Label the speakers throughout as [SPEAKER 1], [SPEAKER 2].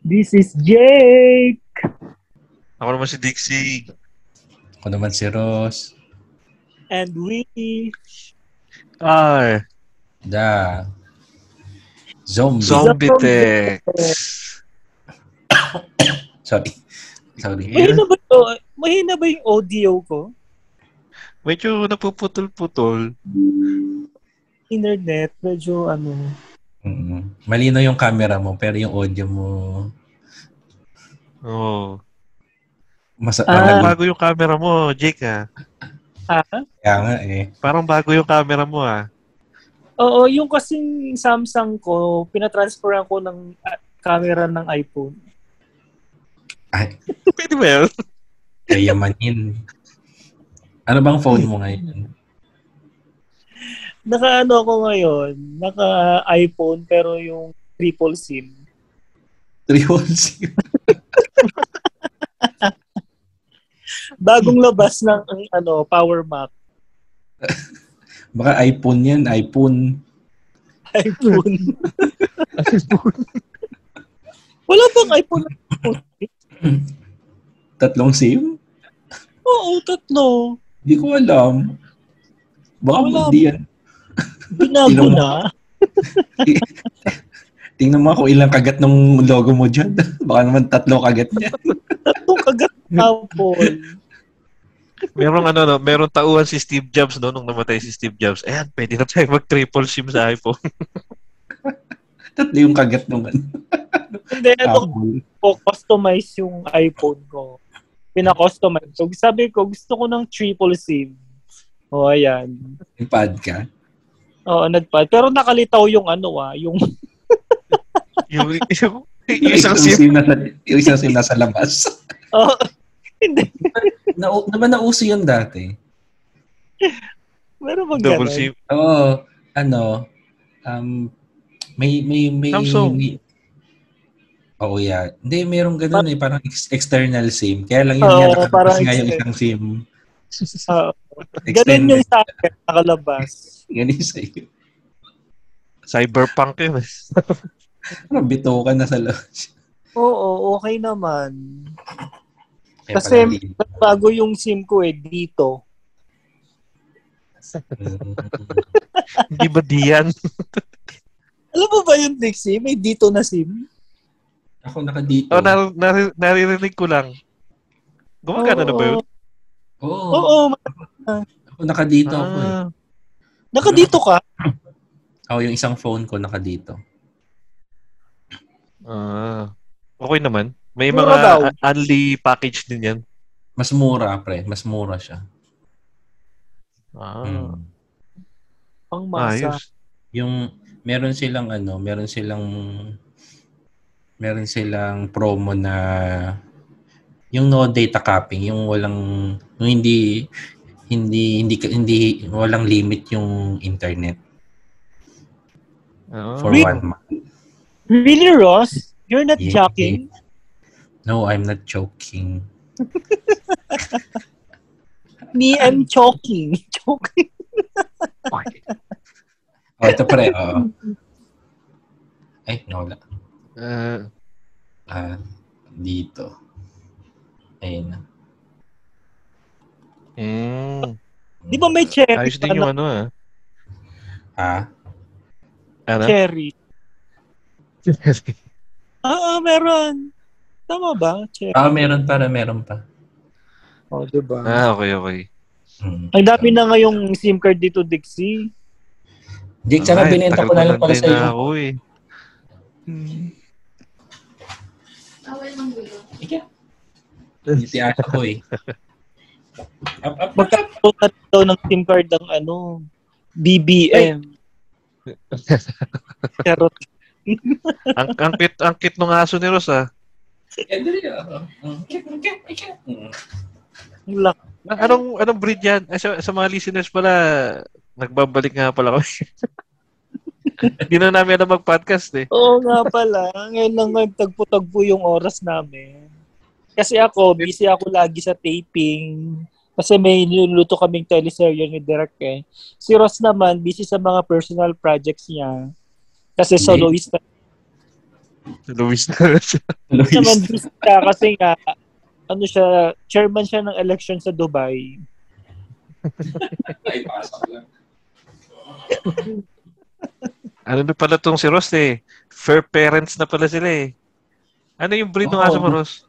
[SPEAKER 1] This is Jake!
[SPEAKER 2] Ako naman si Dixie.
[SPEAKER 3] Ako naman si Ross.
[SPEAKER 1] And we...
[SPEAKER 2] Ay,
[SPEAKER 3] Da. Zombie.
[SPEAKER 2] Zombie Tex.
[SPEAKER 3] Sorry. Sorry.
[SPEAKER 1] Mahina ba, to? Mahina ba yung audio ko?
[SPEAKER 2] Medyo napuputol-putol.
[SPEAKER 1] Internet, medyo ano...
[SPEAKER 3] mm Malino yung camera mo, pero yung audio mo,
[SPEAKER 2] Oo.
[SPEAKER 3] mas
[SPEAKER 1] Ah.
[SPEAKER 2] Parang
[SPEAKER 3] ah.
[SPEAKER 2] bago yung camera mo, Jake ah.
[SPEAKER 1] Ha?
[SPEAKER 3] kaya nga eh.
[SPEAKER 2] Parang bago yung camera mo ah.
[SPEAKER 1] Oo, yung kasing Samsung ko, pinatransferan ko ng ah, camera ng iPhone.
[SPEAKER 3] Ay,
[SPEAKER 2] Pwede ba yun?
[SPEAKER 3] yayamanin. Ano bang phone mo ngayon?
[SPEAKER 1] Naka ano ko ngayon, naka iPhone pero yung triple SIM.
[SPEAKER 3] Three holes.
[SPEAKER 1] Bagong labas ng ang, ano, Power Mac.
[SPEAKER 3] Baka iPhone yan, iPhone.
[SPEAKER 1] iPhone. Wala bang iPhone?
[SPEAKER 3] Tatlong SIM?
[SPEAKER 1] Oo, tatlo.
[SPEAKER 3] Hindi ko alam. Baka
[SPEAKER 1] Wala.
[SPEAKER 3] hindi yan.
[SPEAKER 1] Binago
[SPEAKER 3] Tinong-
[SPEAKER 1] na.
[SPEAKER 3] Tingnan mo ako ilang kagat ng logo mo dyan. Baka naman tatlo kagat niya.
[SPEAKER 1] Tatlong kagat Apple.
[SPEAKER 2] Merong ano, no? merong tauhan si Steve Jobs no, nung namatay si Steve Jobs. Ayan, pwede na tayo mag-triple SIM sa iPhone.
[SPEAKER 3] Tatlo yung kagat ng ano.
[SPEAKER 1] And then, ano
[SPEAKER 3] Apple.
[SPEAKER 1] ko, customize yung iPhone ko. Pina-customize. So, sabi ko, gusto ko ng triple SIM. O, oh, ayan.
[SPEAKER 3] Ipad ka.
[SPEAKER 1] Oo, nagpad. Pero nakalitaw yung ano ah, yung
[SPEAKER 2] yung, yung, yung
[SPEAKER 3] Yung
[SPEAKER 2] isang
[SPEAKER 3] isang
[SPEAKER 2] SIM.
[SPEAKER 3] sim nasa, yung isang sim nasa labas.
[SPEAKER 1] Oo. hindi.
[SPEAKER 3] Na, naman nauso yun dati.
[SPEAKER 1] Meron bang
[SPEAKER 2] Double
[SPEAKER 1] ganun?
[SPEAKER 2] SIM.
[SPEAKER 3] Oo, ano, um, may, may, may,
[SPEAKER 2] Samsung.
[SPEAKER 3] may Oo, yeah. Hindi, merong ganun eh. Parang ex- external SIM. Kaya lang yun
[SPEAKER 1] Oo,
[SPEAKER 3] nga, nakalabas
[SPEAKER 1] parang
[SPEAKER 3] nga yung
[SPEAKER 1] external.
[SPEAKER 3] isang SIM.
[SPEAKER 1] Oo. Ah, ganun
[SPEAKER 3] External.
[SPEAKER 1] yung sa akin, nakalabas.
[SPEAKER 3] Ganun yung sa'yo.
[SPEAKER 2] Cyberpunk yun. eh.
[SPEAKER 3] Parang bito ka na sa loob.
[SPEAKER 1] Oo, okay naman.
[SPEAKER 3] Kaya
[SPEAKER 1] Kasi
[SPEAKER 3] pala hindi.
[SPEAKER 1] bago yung SIM ko eh, dito.
[SPEAKER 3] Mm.
[SPEAKER 2] Hindi ba di yan?
[SPEAKER 1] Alam mo ba yung Dixie? May dito na SIM?
[SPEAKER 3] Ako naka dito.
[SPEAKER 2] O, Oh, nar- nar- naririnig ko lang. Gumagana na ba yun?
[SPEAKER 3] Oo.
[SPEAKER 1] Oo, oo.
[SPEAKER 3] Ako naka dito ako eh.
[SPEAKER 2] Ah,
[SPEAKER 1] Nakadito ka?
[SPEAKER 3] Ako yung isang phone ko naka dito.
[SPEAKER 2] ah. Okay naman. May
[SPEAKER 1] Mura
[SPEAKER 2] mga
[SPEAKER 1] daw.
[SPEAKER 2] a- only package din yan.
[SPEAKER 3] Mas mura, pre. Mas mura siya.
[SPEAKER 2] Ah,
[SPEAKER 3] Mm.
[SPEAKER 1] Pang masa.
[SPEAKER 2] ayos.
[SPEAKER 3] Yung meron silang ano, meron silang meron silang promo na yung no data capping, yung walang yung hindi hindi hindi hindi walang limit yung internet
[SPEAKER 2] Ah.
[SPEAKER 3] for
[SPEAKER 1] Wait.
[SPEAKER 3] one month.
[SPEAKER 1] Really, Ross? You're not
[SPEAKER 3] Yeah.
[SPEAKER 1] joking?
[SPEAKER 3] No, I'm not joking.
[SPEAKER 1] Me, I'm choking. choking.
[SPEAKER 3] Oh, ito pre. oo. Ay, nawala.
[SPEAKER 2] Ah,
[SPEAKER 3] Ah, dito. Ayun na.
[SPEAKER 2] mm.
[SPEAKER 1] Di ba may cherry?
[SPEAKER 2] Ayos
[SPEAKER 1] pa na-
[SPEAKER 2] din yung ano ah.
[SPEAKER 3] Ah,
[SPEAKER 2] Ano?
[SPEAKER 1] Cherry. Ah, ah, meron. Tama ba? Cherry.
[SPEAKER 3] ah meron para meron pa.
[SPEAKER 1] Oh, diba?
[SPEAKER 2] ah, okay, okay.
[SPEAKER 3] Mm.
[SPEAKER 1] Ang dami na ngayong SIM card dito, Dixie.
[SPEAKER 3] Jake, tsaka
[SPEAKER 2] Ay,
[SPEAKER 3] binenta
[SPEAKER 2] tagal
[SPEAKER 3] ko na lang pala
[SPEAKER 2] din
[SPEAKER 3] sa'yo.
[SPEAKER 2] na Ako, eh.
[SPEAKER 4] Bawal ng gulo.
[SPEAKER 3] Hindi ata ko eh. Up, up, up, up.
[SPEAKER 1] Magkakaroon na daw ng SIM card ng ano, BBM. Charot.
[SPEAKER 2] ang, ang, cute, ang cute nung aso ni Ross ah.
[SPEAKER 3] ah. Hmm.
[SPEAKER 1] Ang lak-
[SPEAKER 2] Na- Anong, anong breed yan? Ay, sa, sa mga listeners pala, nagbabalik nga pala kami. Hindi na namin alam mag-podcast eh.
[SPEAKER 1] Oo nga pala. Ngayon lang ngayon, tagpo-tagpo yung oras namin. Kasi ako, busy ako lagi sa taping. Kasi may niluluto kaming teleserye ni Derek eh. Si Ross naman, busy sa mga personal projects niya. Kasi
[SPEAKER 3] Hindi.
[SPEAKER 1] soloist na.
[SPEAKER 2] Luis na lang siya.
[SPEAKER 1] Hindi naman
[SPEAKER 3] Luis.
[SPEAKER 1] busy siya kasi nga, ano siya, chairman siya ng election sa Dubai.
[SPEAKER 5] Ay, pasok lang.
[SPEAKER 2] Ano na pala tong si Ross eh. Fair parents na pala sila eh. Ano yung breed ng
[SPEAKER 3] Oo.
[SPEAKER 2] aso mo, Ross?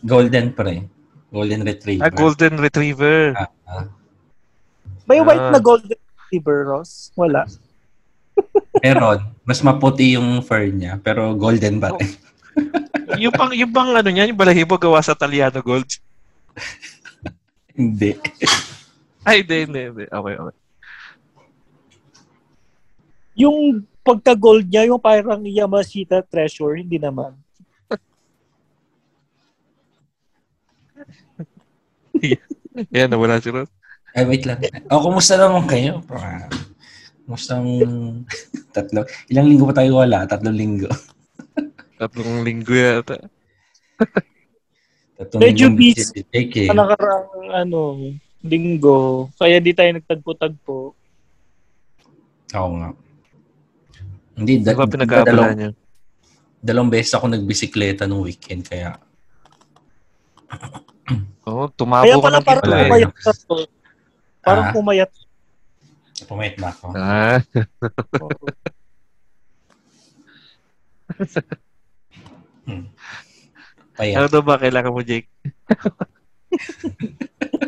[SPEAKER 3] Golden pre. Golden
[SPEAKER 2] Ah,
[SPEAKER 3] Retriever.
[SPEAKER 2] Golden Retriever.
[SPEAKER 3] Ah, ah.
[SPEAKER 1] May white
[SPEAKER 2] Ah.
[SPEAKER 1] na golden retriever, Ross? Wala.
[SPEAKER 3] Meron. Mas maputi yung fur niya, pero golden pa rin.
[SPEAKER 2] yung pang yung pang ano niya, yung balahibo gawa sa Taliano Gold.
[SPEAKER 3] Hindi.
[SPEAKER 2] Ay, hindi, hindi, hindi. Okay, okay.
[SPEAKER 1] Yung pagka-gold niya, yung parang Yamashita treasure, hindi naman.
[SPEAKER 2] Yan, nawala si Ross.
[SPEAKER 3] Ay, wait lang. O, kumusta naman kayo? Ah, Kumusta ang tatlo? Ilang linggo pa tayo wala? Tatlong linggo.
[SPEAKER 2] Tatlong linggo yata.
[SPEAKER 3] Tatlong
[SPEAKER 1] Medyo
[SPEAKER 3] linggong
[SPEAKER 1] busy.
[SPEAKER 3] si Jake, eh.
[SPEAKER 1] Sa nakaraang, ano, linggo, kaya di tayo nagtagpo-tagpo.
[SPEAKER 3] Oo nga. Hindi,
[SPEAKER 2] Ano
[SPEAKER 3] da-
[SPEAKER 2] ba
[SPEAKER 3] diba
[SPEAKER 2] pinag-aabalan
[SPEAKER 3] dalawang,
[SPEAKER 2] niyo?
[SPEAKER 3] dalawang beses ako nagbisikleta nung weekend, kaya
[SPEAKER 2] Oo, tumabo
[SPEAKER 1] Kaya
[SPEAKER 2] ka
[SPEAKER 1] pala
[SPEAKER 2] ng
[SPEAKER 1] parang
[SPEAKER 2] pinto eh.
[SPEAKER 1] pumayat ka to. Parang
[SPEAKER 3] Ah.
[SPEAKER 1] pumayat
[SPEAKER 3] pumayat na ako.
[SPEAKER 2] Ah,
[SPEAKER 1] ko.
[SPEAKER 3] Payat.
[SPEAKER 2] ano daw ba kailangan mo, Jake?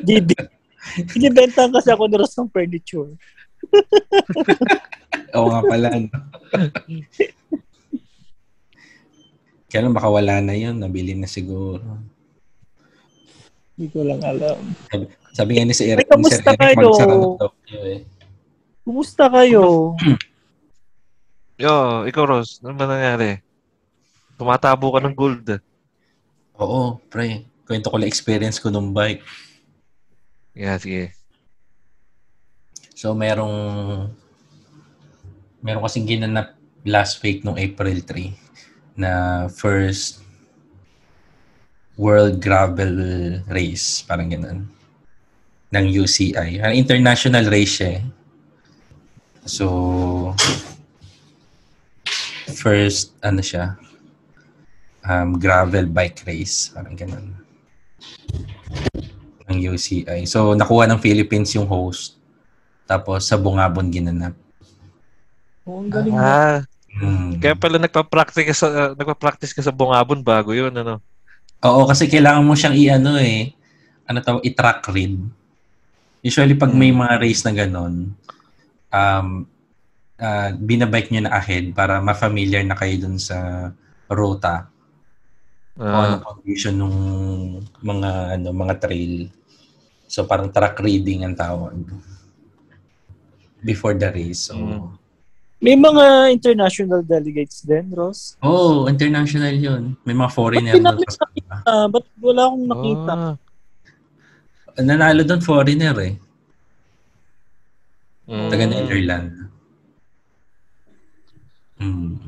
[SPEAKER 1] Didi. Binibenta kasi ako ni Ross ng furniture.
[SPEAKER 3] Oo nga pala. no? Kaya lang baka wala na yun. Nabili na siguro.
[SPEAKER 1] Hindi ko lang alam.
[SPEAKER 3] Sabi nga ni si Eric,
[SPEAKER 1] Ay, kamusta
[SPEAKER 3] ni Sir Eric,
[SPEAKER 1] kayo?
[SPEAKER 3] magsara na daw kayo eh.
[SPEAKER 1] Kumusta kayo?
[SPEAKER 2] Yo, ikaw, Ross. Ano ba nangyari? Tumatabo ka ng gold.
[SPEAKER 3] Oo, pre. Kwento ko lang experience ko nung bike.
[SPEAKER 2] Yeah, sige.
[SPEAKER 3] So, merong... Meron kasing ginanap last week nung April 3 na first World Gravel Race. Parang ganun. Ng UCI. Parang Ah, international race siya eh. So, first, ano siya, um, gravel bike race. Parang ganun. Ng UCI. So, nakuha ng Philippines yung host. Tapos, sa Bungabon ginanap.
[SPEAKER 1] Oh, ang galing mo.
[SPEAKER 2] Ah,
[SPEAKER 3] Mm.
[SPEAKER 2] kaya pala nagpa-practice ka sa, ah, nagpa-practice ka sa Bungabon bago yun, ano?
[SPEAKER 3] Oo, kasi kailangan mo siyang i-ano eh, ano tawag, i-track read. Usually, pag
[SPEAKER 2] Hmm.
[SPEAKER 3] may mga race na ganun, um, ah, binabike nyo na ahead para ma-familiar na kayo dun sa ruta o
[SPEAKER 2] Ah,
[SPEAKER 3] anong condition ng mga ano mga trail. So parang track reading ang tawag before the race. So,
[SPEAKER 2] Mm.
[SPEAKER 1] May mga international delegates din, Ross.
[SPEAKER 3] Oh, international yun. May mga foreigner
[SPEAKER 1] Ba't
[SPEAKER 3] doon
[SPEAKER 1] pinapit-
[SPEAKER 3] kasama.
[SPEAKER 1] Ah, ba't wala akong
[SPEAKER 3] Oh.
[SPEAKER 1] nakita?
[SPEAKER 3] Nanalo doon foreigner eh.
[SPEAKER 2] Ah, mm.
[SPEAKER 3] Taga Netherland. Mm.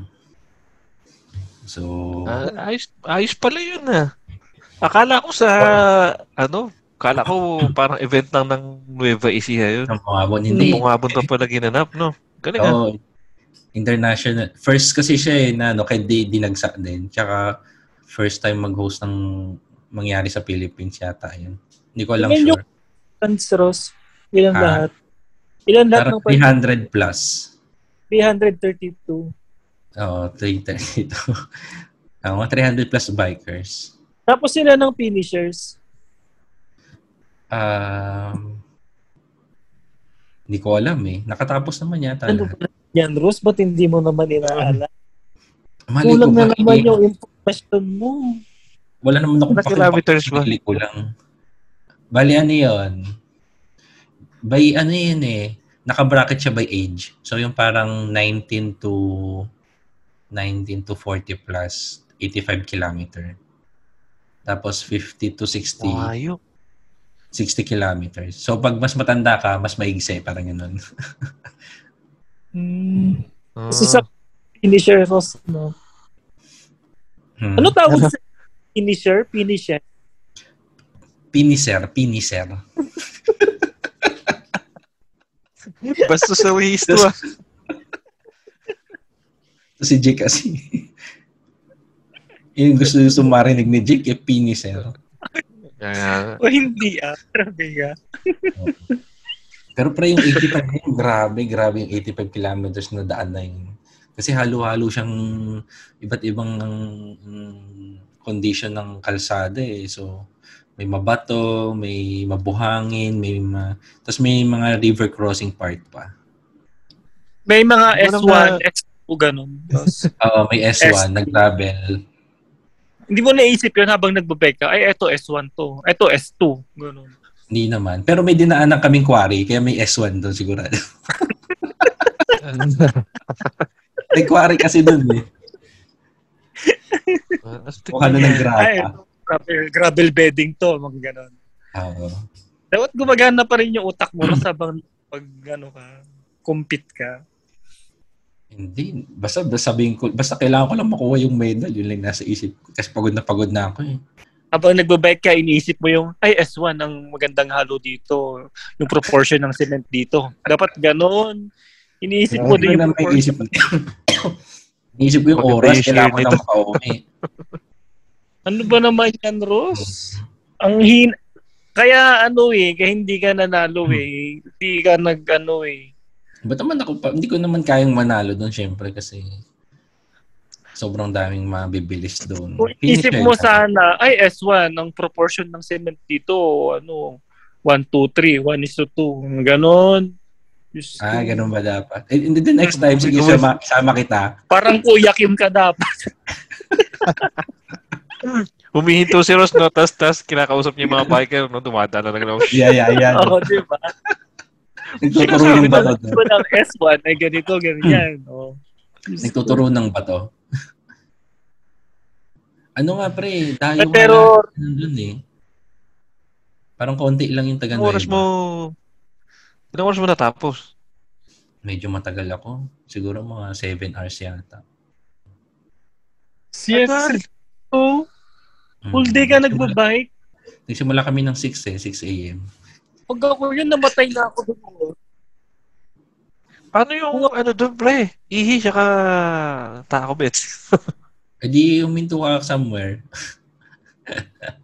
[SPEAKER 3] So,
[SPEAKER 2] Ah, ayos, ayos pala yun ah. Akala ko sa, ano, akala ko parang event lang ng Nueva Ecija yun.
[SPEAKER 3] ang Bungabon, hindi.
[SPEAKER 2] Bungabon pa pala ginanap, no? Galing ah.
[SPEAKER 3] Oo. oh, international. First kasi siya eh, na ano, kaya di, dinagsak din. Tsaka, first time mag-host ng mangyari sa Philippines yata yun. Hindi ko alam
[SPEAKER 1] Tingnan nyo-
[SPEAKER 3] sure.
[SPEAKER 1] Fans, Ross. Ilan
[SPEAKER 3] Ah.
[SPEAKER 1] lahat? Ilan lahat
[SPEAKER 3] Parang
[SPEAKER 1] ng pag-
[SPEAKER 3] 300 plus.
[SPEAKER 1] 332?
[SPEAKER 3] Oo, 332. Oo, Ah, mga 300 plus bikers.
[SPEAKER 1] Tapos sila ng finishers.
[SPEAKER 3] Um, hindi ko alam eh. Nakatapos naman yata.
[SPEAKER 1] Ano
[SPEAKER 3] lahat.
[SPEAKER 1] ba yan, Ross? Ba't hindi mo naman inaalala?
[SPEAKER 3] Mali ko
[SPEAKER 1] Kulang
[SPEAKER 3] ba?
[SPEAKER 1] na naman
[SPEAKER 3] Hindi.
[SPEAKER 1] Ano yung information mo.
[SPEAKER 3] Wala naman ako
[SPEAKER 2] Ilang kilometers ba?
[SPEAKER 3] Pili ko lang. Bali, ano yun? By, ano yun eh? Nakabracket siya by age. So, yung parang 19 to 19 to 40 plus 85 kilometer. Tapos 50 to 60.
[SPEAKER 2] Ayok.
[SPEAKER 3] 60 kilometers. So, pag mas matanda ka, mas maigse. Parang ganun.
[SPEAKER 1] Hmm.
[SPEAKER 2] Ah.
[SPEAKER 1] Kasi sa finisher, Ross, no?
[SPEAKER 3] Hmm.
[SPEAKER 1] Ano tawag sa finisher? Finisher?
[SPEAKER 3] Piniser. Piniser.
[SPEAKER 2] Basta sa ah. waist to ah.
[SPEAKER 3] Si Jake kasi. Yung gusto gusto marinig ni Jake, yung penis eh. no?
[SPEAKER 2] Kaya,
[SPEAKER 1] O hindi ah. Grabe ka.
[SPEAKER 3] Pero pre, yung 85 na yun, grabe, grabe yung 85 kilometers na daan na yun. Kasi halo-halo siyang iba't ibang mm, condition ng kalsada eh. So, may mabato, may mabuhangin, may ma... Tapos may mga river crossing part pa.
[SPEAKER 1] May mga
[SPEAKER 2] Ano
[SPEAKER 1] S1, S2, ganun. Tapos,
[SPEAKER 3] Oo, may S1,
[SPEAKER 1] S-
[SPEAKER 3] nag-gravel.
[SPEAKER 1] hindi mo naisip yun habang nagbabike ka. Ay, eto S1 to. Eto S2. Ganun.
[SPEAKER 3] Hindi naman. Pero may dinaanan kaming quarry, kaya may S1 doon sigurado. may quarry kasi doon eh.
[SPEAKER 2] Astig
[SPEAKER 3] Mukha
[SPEAKER 1] Ano
[SPEAKER 3] na ng grapa.
[SPEAKER 1] Ay, eto, gravel, gravel bedding to. Mga ganun.
[SPEAKER 3] Oo.
[SPEAKER 1] Dapat gumagana pa rin yung utak mo kasi habang pag ano ka, compete ka.
[SPEAKER 3] Hindi. Basta, basta sabihin ko, basta kailangan ko lang makuha yung medal. Yun lang nasa isip ko. Kasi pagod na pagod na ako eh.
[SPEAKER 1] Habang nagbabike ka, iniisip mo yung, ay, S1, ang magandang halo dito. Yung proportion ng cement dito. Dapat ganun. Iniisip mo din
[SPEAKER 3] na
[SPEAKER 1] yung
[SPEAKER 3] may
[SPEAKER 1] proportion.
[SPEAKER 3] isip. Isip ko yung
[SPEAKER 2] Maganda
[SPEAKER 3] oras,
[SPEAKER 2] yung share
[SPEAKER 3] kailangan ko lang
[SPEAKER 2] nito.
[SPEAKER 3] makauwi.
[SPEAKER 1] Ano ba naman yan, Ross? Ang hin... Kaya ano eh, kaya hindi ka nanalo eh. Hindi ka nag ano eh.
[SPEAKER 3] Ba't naman ako pa, hindi ko naman kayang manalo doon syempre kasi sobrang daming mabibilis doon.
[SPEAKER 1] Kung isip mo
[SPEAKER 3] Finisher.
[SPEAKER 1] sana, ay S1, ang proportion ng cement dito, ano, 1, 2, 3, 1 is to 2. Ganon. Diyos
[SPEAKER 3] Ah,
[SPEAKER 1] ko.
[SPEAKER 3] ganun ba dapat? Eh, hindi din next time, sige, sama, sama kita.
[SPEAKER 1] Parang kuya Kim ka dapat.
[SPEAKER 2] Humihinto si Ross, no? Tapos, tapos, kinakausap niya yung mga biker, no? Dumadala na gano'n.
[SPEAKER 3] Yeah, yeah, yeah.
[SPEAKER 1] Oo, Oh, di ba?
[SPEAKER 3] Nagtuturo ng bato. to.
[SPEAKER 1] Ito ng S1 ay ganito, ganyan.
[SPEAKER 3] Hmm.
[SPEAKER 1] Oh.
[SPEAKER 3] Nagtuturo ng bato. Ano nga
[SPEAKER 1] Ay,
[SPEAKER 3] pre, tayo
[SPEAKER 1] pero-
[SPEAKER 3] wala nandun eh. Parang konti lang yung taga
[SPEAKER 2] Ilang oras mo,
[SPEAKER 3] Nueva.
[SPEAKER 2] ilang oras mo natapos?
[SPEAKER 3] Medyo matagal ako. Siguro mga 7 hours yata.
[SPEAKER 1] Yes. Oh,
[SPEAKER 3] Mm.
[SPEAKER 1] full day ka nagbabike.
[SPEAKER 3] Nagsimula kami ng 6 eh, 6 a.m.
[SPEAKER 1] Pag ako yun, namatay na ako doon. oh.
[SPEAKER 2] Paano yung, ano doon, pre? Ihi, saka tako, bets.
[SPEAKER 3] E di huminto ka somewhere.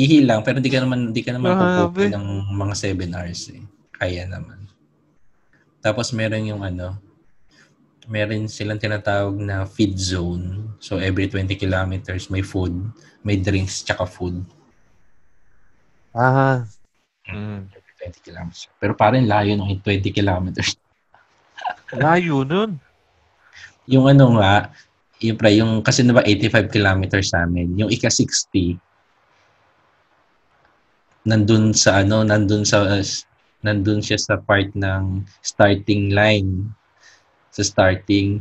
[SPEAKER 3] Ihi lang, pero di ka naman, di ka naman
[SPEAKER 2] Grabe.
[SPEAKER 3] pupupo ng mga 7 hours eh. Kaya naman. Tapos meron yung ano, meron silang tinatawag na feed zone. So every 20 kilometers may food, may drinks, tsaka food.
[SPEAKER 2] Ah. Mm.
[SPEAKER 3] Every 20 kilometers. Pero parang layo nung 20 kilometers.
[SPEAKER 2] Layo nun.
[SPEAKER 3] Yung ano nga, yung, pre, yung kasi na ba 85 kilometers namin, yung ika-60, nandun sa ano, nandun sa, nandun siya sa part ng starting line. Sa starting.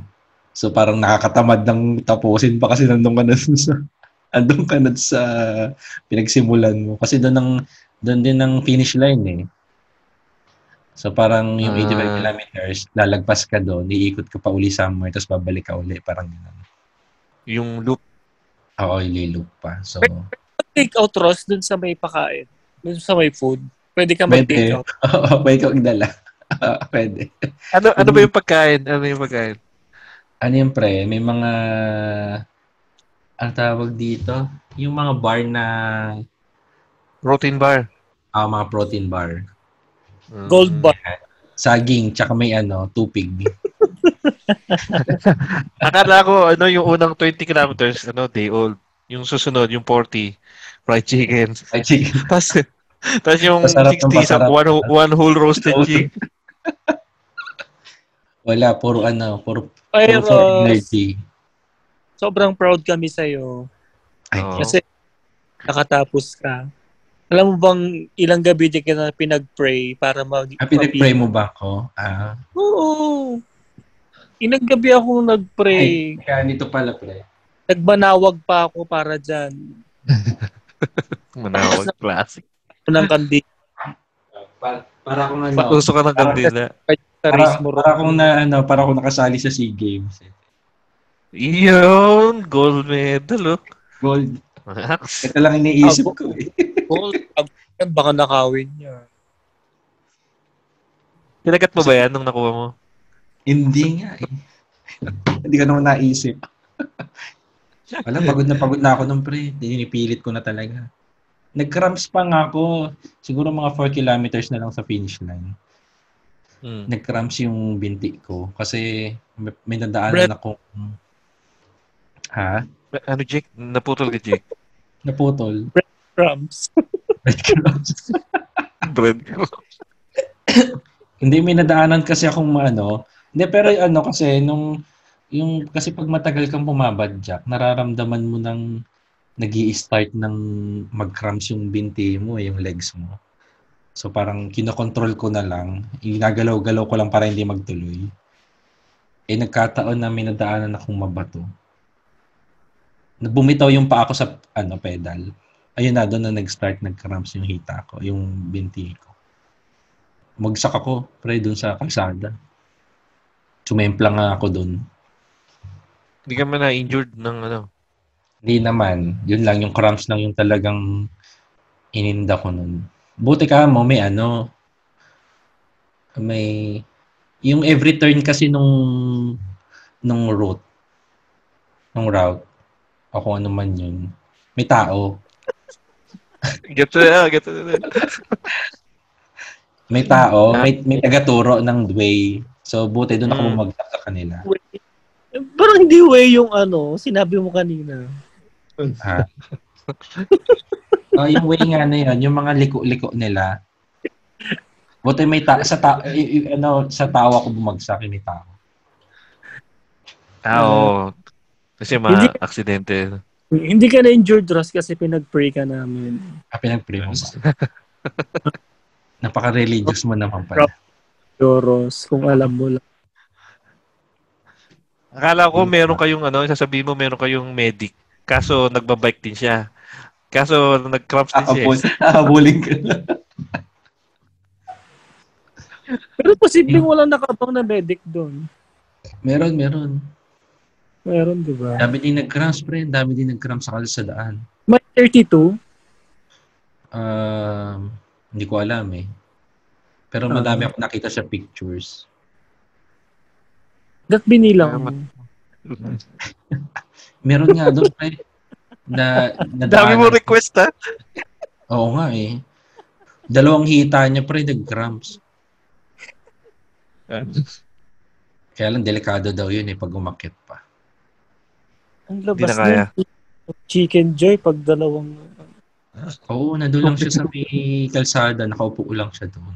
[SPEAKER 3] So parang nakakatamad ng tapusin pa kasi nandun ka na dun sa, andun ka na sa pinagsimulan mo. Kasi doon ang, doon din ang finish line eh. So parang yung 85
[SPEAKER 2] Ah.
[SPEAKER 3] kilometers, lalagpas ka doon, iikot ka pa uli somewhere, tapos babalik ka uli. Parang ganun.
[SPEAKER 2] Yung loop.
[SPEAKER 3] Oo, ililoop Ah, oh, pa. So,
[SPEAKER 1] Take out, Ross, dun sa may pakain. Dun sa may food. Pwede ka mag-take
[SPEAKER 3] Pwede.
[SPEAKER 1] out.
[SPEAKER 3] oo, pwede kang dala. pwede.
[SPEAKER 2] Ano, ano ba yung pagkain? Ano yung pagkain?
[SPEAKER 3] ano yung pre, may mga, ang tawag dito, yung mga bar na,
[SPEAKER 2] Protein bar.
[SPEAKER 3] ah, mga protein bar.
[SPEAKER 2] Mm.
[SPEAKER 1] Gold bar.
[SPEAKER 3] Saging, tsaka may ano, tupig.
[SPEAKER 2] Akala ko, ano, yung unang 20 kilometers, ano, day old. Yung susunod, yung 40, fried chicken.
[SPEAKER 3] Ay, chicken.
[SPEAKER 2] Tapos, tapos yung
[SPEAKER 3] Masarap ng
[SPEAKER 2] 60, sa
[SPEAKER 3] masarap.
[SPEAKER 2] one, whole- one whole roasted
[SPEAKER 3] Oo.
[SPEAKER 2] chicken.
[SPEAKER 3] Wala, puro ano, puro,
[SPEAKER 1] Ay,
[SPEAKER 3] puro for
[SPEAKER 1] Ross,
[SPEAKER 3] energy.
[SPEAKER 1] sobrang proud kami sa'yo.
[SPEAKER 3] Oh. Ay,
[SPEAKER 2] Oo.
[SPEAKER 1] Kasi nakatapos ka. Alam mo bang ilang gabi din ka na pinag-pray para mag...
[SPEAKER 3] ah, pinag-pray mo ba ako? Ah,
[SPEAKER 1] Oo. Ilang gabi ako nag-pray.
[SPEAKER 3] kaya nito pala, pre.
[SPEAKER 1] Nagmanawag pa ako para dyan.
[SPEAKER 2] Manawag classic.
[SPEAKER 1] Unang kandi.
[SPEAKER 3] Para, para akong ano,
[SPEAKER 2] Pauso ka ng kandila.
[SPEAKER 1] Sa
[SPEAKER 3] para,
[SPEAKER 1] race mo,
[SPEAKER 3] para
[SPEAKER 1] Ross.
[SPEAKER 3] akong na, ano, para akong nakasali sa SEA Games. eh.
[SPEAKER 2] Yun! Gold medal, oh.
[SPEAKER 3] Gold.
[SPEAKER 2] Max.
[SPEAKER 3] Ito lang iniisip ko eh.
[SPEAKER 1] Gold. Ang- eh, Baka nakawin niya.
[SPEAKER 2] Tinagat mo ba yan nung nakuha mo?
[SPEAKER 3] Hindi nga eh. Hindi ko naman naisip. Alam, pagod na pagod na ako nung pre. Dinipilit ko na talaga. Nag-cramps pa nga ako. Siguro mga 4 kilometers na lang sa finish line.
[SPEAKER 2] Mm.
[SPEAKER 3] Nag-cramps yung binti ko. Kasi may, may
[SPEAKER 2] Brett.
[SPEAKER 3] nadaanan ako. Ha?
[SPEAKER 2] Ano, Jake? Naputol ka, Jake.
[SPEAKER 3] Naputol.
[SPEAKER 1] Cramps.
[SPEAKER 3] Breadcrumbs.
[SPEAKER 2] Bread.
[SPEAKER 3] Hindi, may nadaanan kasi akong maano. Hindi, pero yung ano kasi, nung, yung, kasi pag matagal kang bumabadyak, nararamdaman mo ng nag start ng mag-cramps yung binti mo, eh, yung legs mo. So parang kinokontrol ko na lang, ginagalaw-galaw ko lang para hindi magtuloy. Eh nagkataon na may nadaanan akong mabato. Bumitaw yung paa ko sa ano, pedal. Ayun na, doon na nag-start, nag-cramps yung hita ko, yung binti ko magsak ako, pre, dun sa kalsada. Sumempla nga ako dun.
[SPEAKER 2] Hindi ka man na-injured ng ano.
[SPEAKER 3] Hindi naman. Yun lang, yung cramps lang yung talagang ininda ko nun. Buti ka mo, may ano, may, yung every turn kasi nung, nung route, nung route, o kung ano man yun, may tao.
[SPEAKER 2] Get to na, get to na.
[SPEAKER 3] May tao, may, may taga-turo ng way. So, buti doon ako
[SPEAKER 2] Mm.
[SPEAKER 3] bumagsak sa kanila.
[SPEAKER 1] Parang Eh, hindi way yung ano, sinabi mo kanina.
[SPEAKER 3] Ha? oh, yung way nga na yun, yung mga liko-liko nila. Buti may ta- sa ta- y- y- ano, sa tao ako bumagsak, yung may tao.
[SPEAKER 2] Ah, oo. Kasi mga aksidente.
[SPEAKER 1] Hindi ka na-injured, Ross, kasi pinag-pray ka namin.
[SPEAKER 3] Ah, pinag-pray mo ba? Napaka-religious mo naman pala.
[SPEAKER 1] Yoros, kung alam mo lang.
[SPEAKER 2] Akala ko meron kayong ano, sasabihin mo meron kayong medic. Kaso nagbabike din siya. Kaso nag-cramps din siya.
[SPEAKER 3] Ahabol, ahabolin ka.
[SPEAKER 1] Pero posibleng walang nakabang na medic doon.
[SPEAKER 3] meron, meron.
[SPEAKER 1] Meron, di ba?
[SPEAKER 3] Dami din nag-cramps, pre. Dami din nag-cramps sa kalsadaan.
[SPEAKER 1] May 32.
[SPEAKER 3] Um, hindi ko alam eh. Pero
[SPEAKER 1] Ah.
[SPEAKER 3] madami ako nakita sa pictures.
[SPEAKER 1] Gat binilang.
[SPEAKER 2] Tama. eh.
[SPEAKER 3] Meron nga doon, pre. Na, na
[SPEAKER 2] Dami mo request ha.
[SPEAKER 3] Oo nga eh. Dalawang hita niya pre, nag-cramps. Kaya lang, delikado daw yun eh, pag umakit pa.
[SPEAKER 1] Ang
[SPEAKER 2] Hindi
[SPEAKER 1] labas
[SPEAKER 2] na kaya.
[SPEAKER 1] ng Chicken Joy pag dalawang...
[SPEAKER 3] Oo, nandun lang siya sa may kalsada, nakaupo lang siya doon.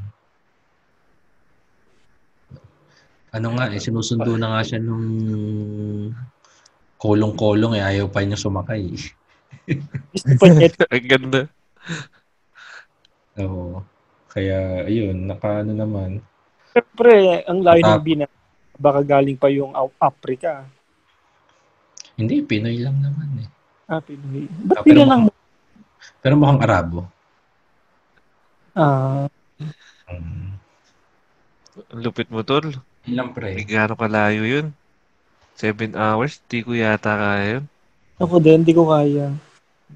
[SPEAKER 3] Ano nga eh, sinusundo na nga siya nung kolong-kolong eh, ayaw pa niya sumakay.
[SPEAKER 1] Gusto pa niya
[SPEAKER 2] Ang ganda.
[SPEAKER 3] Oo. Kaya, ayun, naka ano naman.
[SPEAKER 1] Siyempre, ang layo ng
[SPEAKER 3] Ah.
[SPEAKER 1] bina. Baka galing pa yung Au- Africa.
[SPEAKER 3] Hindi, Pinoy lang naman eh.
[SPEAKER 1] Ah, Pinoy. Ba't
[SPEAKER 3] Ah, pero
[SPEAKER 1] bigla lang?
[SPEAKER 3] Pero mukhang Arabo.
[SPEAKER 1] Ah,
[SPEAKER 3] Mm.
[SPEAKER 2] Ang lupit mo, tol.
[SPEAKER 3] Yun lang pre.
[SPEAKER 2] Hindi gaano kalayo yun. Seven hours, di ko yata kaya yun.
[SPEAKER 1] ako din, hindi ko kaya.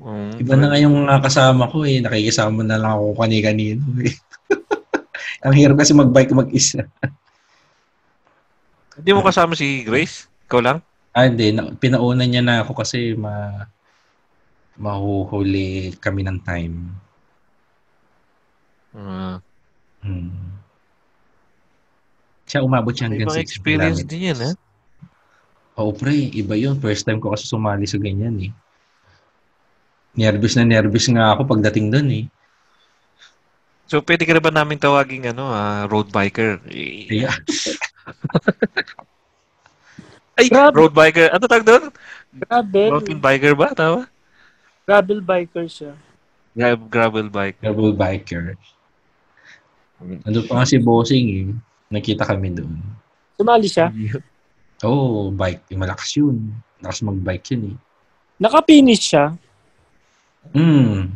[SPEAKER 2] Um,
[SPEAKER 3] Iba na nga yung mga kasama ko eh. Nakikisama na lang ako kani-kanino eh. Ang hirap kasi mag-bike mag-isa.
[SPEAKER 2] Hindi mo kasama si Grace? Ikaw lang?
[SPEAKER 3] Ah, hindi. Na- Pinauna niya na ako kasi ma mahuhuli kami ng time.
[SPEAKER 2] Ah.
[SPEAKER 3] Hmm. Siya umabot siya
[SPEAKER 2] may
[SPEAKER 3] hanggang
[SPEAKER 2] mga
[SPEAKER 3] 6
[SPEAKER 2] experience
[SPEAKER 3] kilometers.
[SPEAKER 2] din yan, ha?
[SPEAKER 3] Oo, pre. Iba yun. First time ko kasi sumali sa ganyan eh. Nervous na nervous nga ako pagdating doon eh.
[SPEAKER 2] So, pwede ka na ba namin tawaging ano, ah, road biker? Eh,
[SPEAKER 3] Kaya,
[SPEAKER 2] Ay,
[SPEAKER 1] Grabe.
[SPEAKER 2] road biker. Ano tawag doon?
[SPEAKER 1] Gravel.
[SPEAKER 2] Mountain biker ba? Tama?
[SPEAKER 1] Gravel biker siya.
[SPEAKER 2] Gra- gravel bike.
[SPEAKER 3] double biker. Nandun pa nga si Bossing eh. Nakita kami doon.
[SPEAKER 1] Sumali siya.
[SPEAKER 3] Oo, oh, bike. Yung malakas yun. Lakas mag-bike yun eh.
[SPEAKER 1] Nakapinish siya.
[SPEAKER 3] Hmm.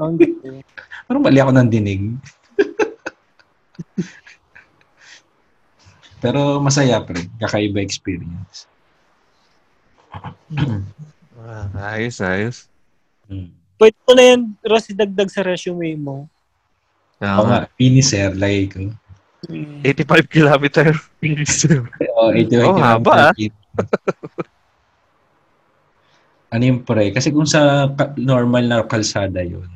[SPEAKER 1] Ang
[SPEAKER 3] Parang mali ako ng dinig. Pero masaya pre. Kakaiba experience.
[SPEAKER 2] Ah, ayos, ayos.
[SPEAKER 3] Hmm.
[SPEAKER 1] Pwede ko na yan, Ross, idagdag sa resume mo.
[SPEAKER 3] Oo
[SPEAKER 2] Ah,
[SPEAKER 3] nga. eh. Finisher, lagay ko.
[SPEAKER 2] 85
[SPEAKER 3] Oh,
[SPEAKER 2] kilometer.
[SPEAKER 3] Oo, 88
[SPEAKER 2] Oh, haba, ah.
[SPEAKER 3] Ano yung pre? Kasi kung sa ka- normal na kalsada yun,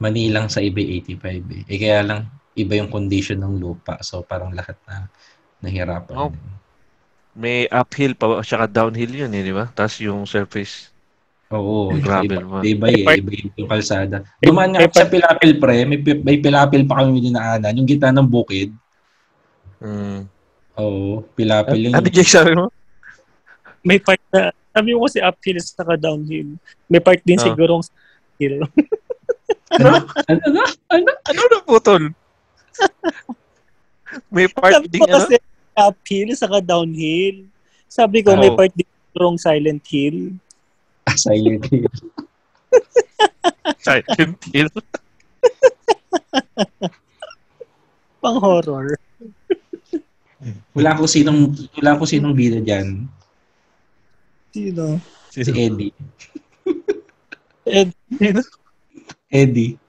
[SPEAKER 3] manilang sa iba 85 eh. Eh kaya lang, iba yung condition ng lupa. So parang lahat na nahirapan.
[SPEAKER 2] Oh. May uphill pa, saka downhill yun, eh, di ba? Tapos yung surface.
[SPEAKER 3] Oo,
[SPEAKER 2] Mm. Grabe
[SPEAKER 3] iba,
[SPEAKER 2] naman.
[SPEAKER 3] iba, eh, iba yung kalsada. Dumaan nga
[SPEAKER 1] may
[SPEAKER 3] ako sa Pilapil, pre. May, pi- may Pilapil pa kami dinaanan. Yung gitna ng bukid.
[SPEAKER 2] Mm.
[SPEAKER 3] Oo, Pilapil yun.
[SPEAKER 2] Ano yung sabi mo?
[SPEAKER 1] May part na, sabi mo kasi uphill at saka downhill. May part din
[SPEAKER 2] Ah.
[SPEAKER 1] sigurong hill.
[SPEAKER 3] Ano na? Ano?
[SPEAKER 2] Ano na putol? May part
[SPEAKER 1] sabi
[SPEAKER 2] din,
[SPEAKER 1] ko
[SPEAKER 2] ano?
[SPEAKER 1] kasi uphill at saka downhill. Sabi ko may
[SPEAKER 2] Oo.
[SPEAKER 1] part din sigurong silent hill.
[SPEAKER 3] Ah, Silent Hill.
[SPEAKER 2] Silent Hill.
[SPEAKER 1] Pang horror.
[SPEAKER 3] Wala ko sinong, wala ko sinong bida dyan.
[SPEAKER 1] Sino?
[SPEAKER 3] Si Eddie.
[SPEAKER 1] And,
[SPEAKER 3] Eddie.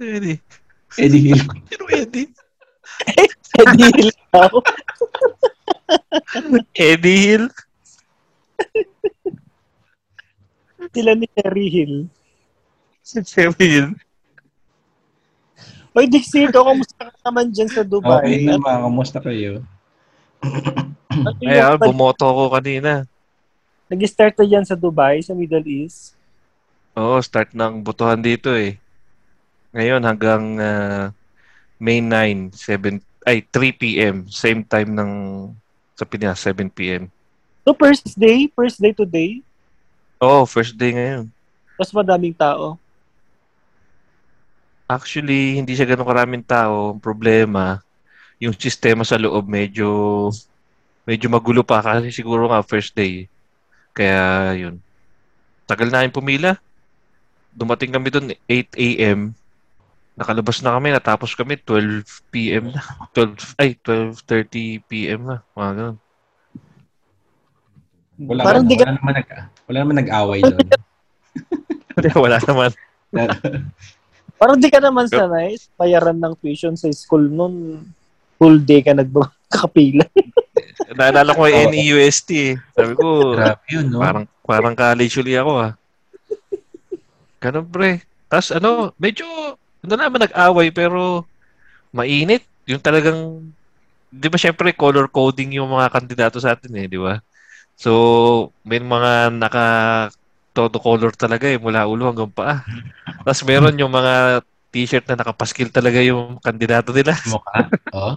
[SPEAKER 2] Eddie.
[SPEAKER 3] Eddie Hill.
[SPEAKER 2] Sino Eddie?
[SPEAKER 1] Eddie Hill daw.
[SPEAKER 2] Eddie Hill?
[SPEAKER 1] Sila ni Terry Hill.
[SPEAKER 2] Si Terry Hill.
[SPEAKER 1] Oy, Dixie, ikaw, kamusta ka naman dyan sa Dubai?
[SPEAKER 3] Okay na mga kamusta kayo?
[SPEAKER 1] Ano yung
[SPEAKER 2] Ay, ah,
[SPEAKER 1] pag-
[SPEAKER 2] bumoto ko kanina.
[SPEAKER 1] Nag-start na dyan sa Dubai, sa Middle East.
[SPEAKER 2] Oo, start ng botohan dito eh. Ngayon hanggang ah, May 9, 7, ay 3 p.m. Same time ng sa Pinas, 7 p.m.
[SPEAKER 1] So, first day, first day today,
[SPEAKER 2] Oo, first day ngayon.
[SPEAKER 1] mas madaming tao.
[SPEAKER 2] Actually, hindi siya ganun karaming tao. Ang problema, yung sistema sa loob medyo medyo magulo pa kasi siguro nga first day. Kaya yun. Tagal na yung pumila. Dumating kami doon 8 a.m. Nakalabas na kami, natapos kami 12 p.m. na. 12, ay, 12.30 p.m. na. Mga ganun.
[SPEAKER 3] Wala,
[SPEAKER 1] Parang
[SPEAKER 3] naman,
[SPEAKER 1] di ka-
[SPEAKER 3] wala naman nag wala naman nag-away doon.
[SPEAKER 2] Wala naman.
[SPEAKER 1] Parang di ka naman sanay. sa Bayaran ng tuition sa school noon. Full day ka nagkakapila.
[SPEAKER 2] Naalala ko
[SPEAKER 3] Oo.
[SPEAKER 2] yung NEUST eh. Sabi ko,
[SPEAKER 3] Grabe yun, no?
[SPEAKER 2] Parang parang college uli ako ah. Ganun pre. Tapos ano, medyo ano naman nag-away pero mainit. Yung talagang, di ba syempre color coding yung mga kandidato sa atin eh, di ba? So, may mga naka todo color talaga eh, mula ulo hanggang paa. Tapos meron yung mga t-shirt na nakapaskil talaga yung kandidato nila.
[SPEAKER 3] mukha. Oh.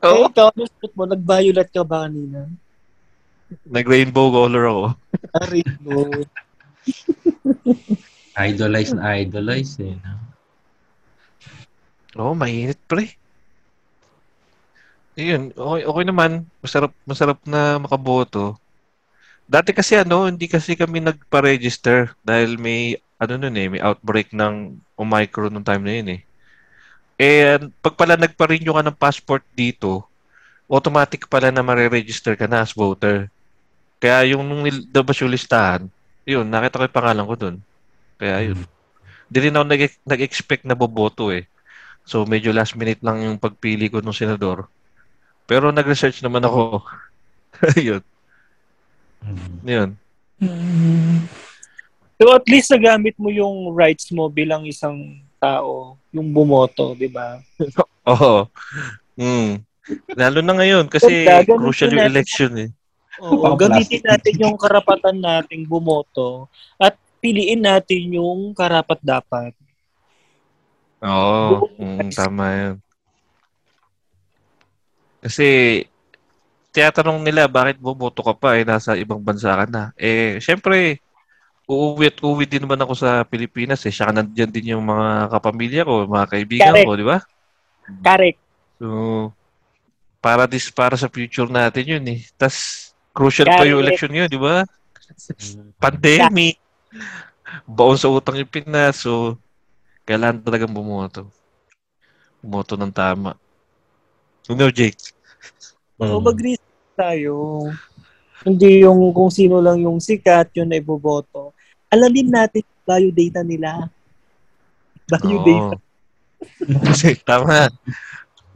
[SPEAKER 1] Eh,
[SPEAKER 2] Oo.
[SPEAKER 1] ikaw, ano suit mo? Nag-violet ka ba kanina?
[SPEAKER 2] Nag-rainbow color ako.
[SPEAKER 1] Ari mo.
[SPEAKER 3] Idolize na idolize eh. No?
[SPEAKER 2] Oo, mainit pre. Ayun, okay, okay naman. Masarap, masarap na makaboto. Dati kasi ano, hindi kasi kami nagpa-register dahil may, ano nun eh, may outbreak ng Omicron nung time na yun eh. And pag pala nagpa-renew ka ng passport dito, automatic pala na mare-register ka na as voter. Kaya yung nung nilabas yung listahan, yun, nakita ko yung pangalan ko dun. Kaya yun. Hindi rin ako nag- nag-expect na boboto eh. So medyo last minute lang yung pagpili ko ng senador. Pero nag-research naman ako. yun,
[SPEAKER 3] Mm.
[SPEAKER 2] yun.
[SPEAKER 1] So, at least nagamit mo yung rights mo bilang isang tao. Yung bumoto, di ba?
[SPEAKER 2] Oo. Mm. Lalo na ngayon kasi
[SPEAKER 1] Ganda, ganun
[SPEAKER 2] crucial
[SPEAKER 1] din
[SPEAKER 2] yung
[SPEAKER 1] natin.
[SPEAKER 2] election eh.
[SPEAKER 1] Oo,
[SPEAKER 3] Napaka-plastic.
[SPEAKER 1] gamitin natin yung karapatan nating bumoto at piliin natin yung karapat dapat.
[SPEAKER 2] Oo. Mm, tama yun. Kasi tiyatanong nila bakit boboto ka pa eh nasa ibang bansa ka na. Eh syempre uuwi at uwi din naman ako sa Pilipinas eh. Siya nandiyan din yung mga kapamilya ko, mga kaibigan
[SPEAKER 1] Correct.
[SPEAKER 2] ko, di ba?
[SPEAKER 1] Correct.
[SPEAKER 2] So, para this para sa future natin yun eh. Tas crucial pa yung
[SPEAKER 1] Correct.
[SPEAKER 2] election yun, di ba? Pandemic. Baon sa utang yung Pinas. So, kailangan talagang bumoto. Bumoto ng tama. Ano, Jake?
[SPEAKER 1] So,
[SPEAKER 2] Mm.
[SPEAKER 1] mag-research tayo. Hindi yung kung sino lang yung sikat, yun na iboboto. Alamin natin yung bio data nila. Bio data.
[SPEAKER 2] Oo. tama.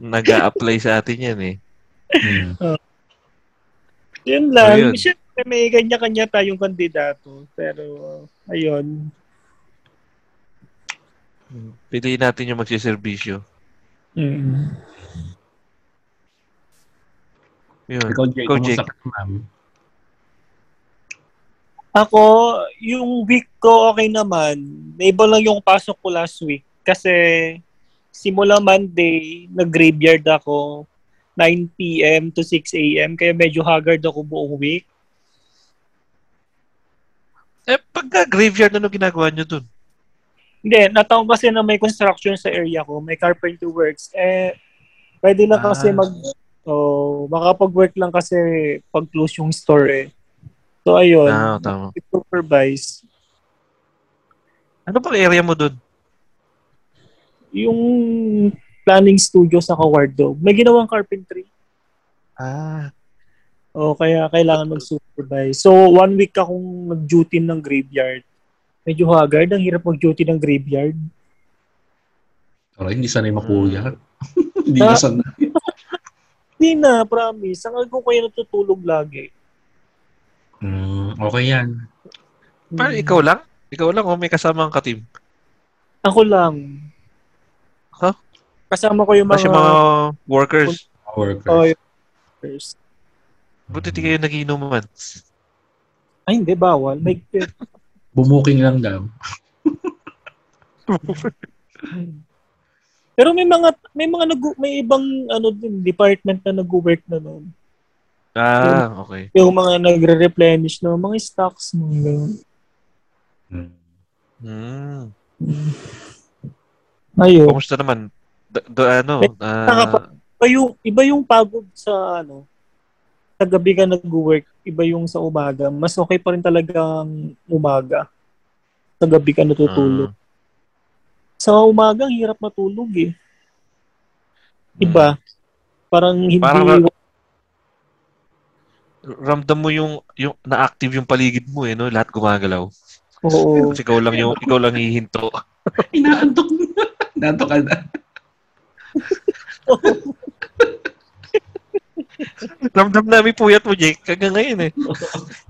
[SPEAKER 2] nag apply sa atin yan eh.
[SPEAKER 3] Mm.
[SPEAKER 1] Yun lang.
[SPEAKER 2] Ayun.
[SPEAKER 1] Siyempre, Kasi may kanya-kanya tayong kandidato. Pero, ayun.
[SPEAKER 2] Piliin natin yung magsiservisyo.
[SPEAKER 1] Mm.
[SPEAKER 2] Yun.
[SPEAKER 3] Ikaw, Jake,
[SPEAKER 2] Ikaw,
[SPEAKER 3] kumusta
[SPEAKER 2] Jake.
[SPEAKER 3] ka, ma'am?
[SPEAKER 1] Ako, yung week ko okay naman. Iba lang yung pasok ko last week. Kasi simula Monday, nag-graveyard ako 9 p.m. to 6 a.m. Kaya medyo haggard ako buong week.
[SPEAKER 2] Eh, pagka graveyard, ano ginagawa nyo dun?
[SPEAKER 1] Hindi, nataon kasi na may construction sa area ko. May carpenter works. Eh, pwede lang
[SPEAKER 2] Ah.
[SPEAKER 1] kasi mag... Oh, makapag-work lang kasi pag-close yung store eh. So, ayun.
[SPEAKER 2] Ah, tama.
[SPEAKER 1] supervise.
[SPEAKER 2] Ano bang area mo dun?
[SPEAKER 1] Yung planning studio sa wardrobe. May ginawang carpentry.
[SPEAKER 2] Ah.
[SPEAKER 1] O kaya kailangan mag-supervise. So, one week akong nag-duty ng graveyard. Medyo haggard. Ang hirap mag-duty ng graveyard.
[SPEAKER 3] Sorry, hindi sanay
[SPEAKER 1] Hmm.
[SPEAKER 3] makuya.
[SPEAKER 1] Ah.
[SPEAKER 3] hindi na sanay.
[SPEAKER 1] Hindi na, promise. Ang ko kaya natutulog lagi.
[SPEAKER 3] Mm, okay yan.
[SPEAKER 1] Mm.
[SPEAKER 2] Parang
[SPEAKER 1] Hmm.
[SPEAKER 2] ikaw lang? Ikaw lang o may kasamang ka-team?
[SPEAKER 1] Ako lang.
[SPEAKER 2] Huh?
[SPEAKER 1] Kasama ko yung
[SPEAKER 2] Mas
[SPEAKER 1] mga...
[SPEAKER 2] yung mga workers.
[SPEAKER 3] Workers.
[SPEAKER 1] Oh,
[SPEAKER 3] Oh,
[SPEAKER 1] yung workers.
[SPEAKER 2] Buti di kayo
[SPEAKER 1] Mm.
[SPEAKER 2] nagiinuman.
[SPEAKER 1] Ay, hindi. Bawal.
[SPEAKER 2] Hmm.
[SPEAKER 1] May...
[SPEAKER 3] Bumuking lang daw.
[SPEAKER 1] Pero may mga may mga nag- may ibang ano din department na nag-work na noon.
[SPEAKER 2] Ah, okay.
[SPEAKER 1] Yung mga nagre-replenish ng mga stocks mga ganun.
[SPEAKER 3] Mm.
[SPEAKER 2] Hmm.
[SPEAKER 1] Ayun.
[SPEAKER 2] Kumusta naman? Do, do ano?
[SPEAKER 1] nakapa-
[SPEAKER 2] Ah,
[SPEAKER 1] Iba yung, iba yung pagod sa ano, sa gabi ka nag-work, iba yung sa umaga. Mas okay pa rin talagang umaga. Sa gabi ka natutulog.
[SPEAKER 2] ah,
[SPEAKER 1] Sa umaga, ang hirap matulog eh.
[SPEAKER 2] mm.
[SPEAKER 1] Iba. Parang hindi...
[SPEAKER 2] Hmm. Parang- ramdam mo yung yung na-active yung paligid mo eh, no? Lahat gumagalaw.
[SPEAKER 1] oo.
[SPEAKER 2] Kasi ikaw lang yung ikaw lang hihinto.
[SPEAKER 3] Inaantok na. Inaantok ka na.
[SPEAKER 2] ramdam namin puyat mo, Jake. Hanggang ngayon eh.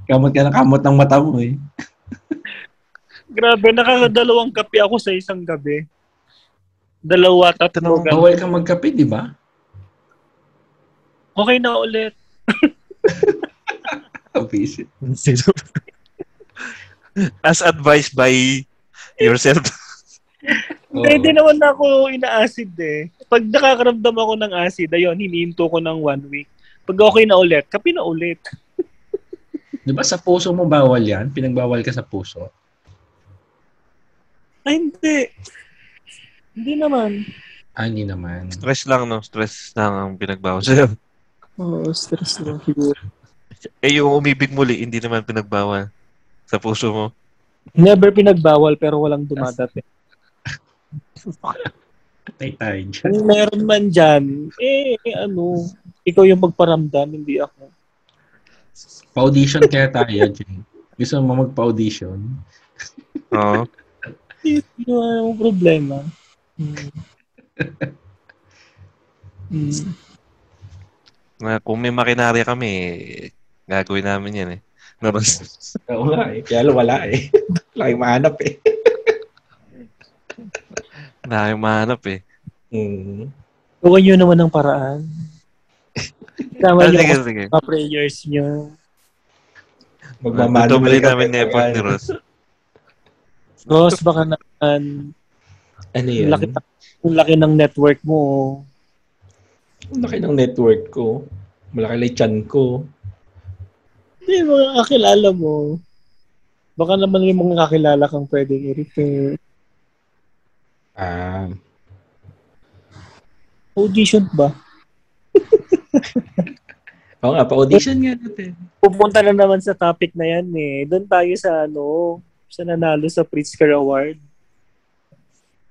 [SPEAKER 3] Kamot ka na kamot ng mata mo eh.
[SPEAKER 1] Grabe, nakakadalawang kape ako sa isang gabi. Dalawa, tatlo.
[SPEAKER 2] Tanong-
[SPEAKER 1] ganun.
[SPEAKER 3] Bawal kang magkape, di ba?
[SPEAKER 1] Okay na ulit.
[SPEAKER 3] Obvious.
[SPEAKER 2] As advised by yourself.
[SPEAKER 3] Oo.
[SPEAKER 1] Hindi hindi naman ako ina-acid eh. Pag nakakaramdam ako ng acid, ayun, hinihinto ko ng one week. Pag okay na ulit, kape na ulit.
[SPEAKER 3] Di ba sa puso mo bawal yan? Pinagbawal ka sa puso.
[SPEAKER 1] Ay, hindi. Hindi naman.
[SPEAKER 3] Ah, hindi naman.
[SPEAKER 2] Stress lang, no? Stress lang ang pinagbawas sa'yo.
[SPEAKER 1] Oo, stress lang siguro.
[SPEAKER 2] Eh, yung umibig muli, hindi naman pinagbawal sa puso mo.
[SPEAKER 1] Never pinagbawal pero walang dumadating.
[SPEAKER 3] Patay tayo dyan.
[SPEAKER 1] Kung meron man dyan, eh, ano, ikaw yung magparamdam, hindi ako.
[SPEAKER 3] Pa-audition kaya tayo, Jane. Gusto mo magpa-audition?
[SPEAKER 2] Oo.
[SPEAKER 1] Hindi yung problema. Hmm. Hmm.
[SPEAKER 2] Na, kung may makinarya kami, eh, gagawin namin yan eh. No, bas-
[SPEAKER 3] Oo nga eh. Kaya lang wala eh. Lagi mahanap eh.
[SPEAKER 2] Wala kayong mahanap eh.
[SPEAKER 3] Mm.
[SPEAKER 1] Gawin nyo naman ng paraan. Tama
[SPEAKER 2] Ah,
[SPEAKER 1] nyo
[SPEAKER 2] sige,
[SPEAKER 1] ako
[SPEAKER 2] sige.
[SPEAKER 1] sa mga prayers nyo.
[SPEAKER 2] Magmamahal
[SPEAKER 3] ka Oh,
[SPEAKER 2] namin na
[SPEAKER 3] pa
[SPEAKER 2] effort
[SPEAKER 3] yan.
[SPEAKER 2] ni Ross.
[SPEAKER 1] Ross, baka naman,
[SPEAKER 3] Ano
[SPEAKER 1] ang
[SPEAKER 3] yun?
[SPEAKER 1] laki, ang laki ng network mo.
[SPEAKER 3] Ang laki ng network ko. Malaki lang yung chan ko.
[SPEAKER 1] Hindi, mga kakilala mo. Baka naman may mga kakilala kang pwedeng i-refer.
[SPEAKER 3] Ah.
[SPEAKER 1] Audition ba?
[SPEAKER 3] Oo nga, pa-audition nga natin.
[SPEAKER 1] Pupunta na naman sa topic na yan eh. Doon tayo sa ano, sa nanalo sa Pritzker Award.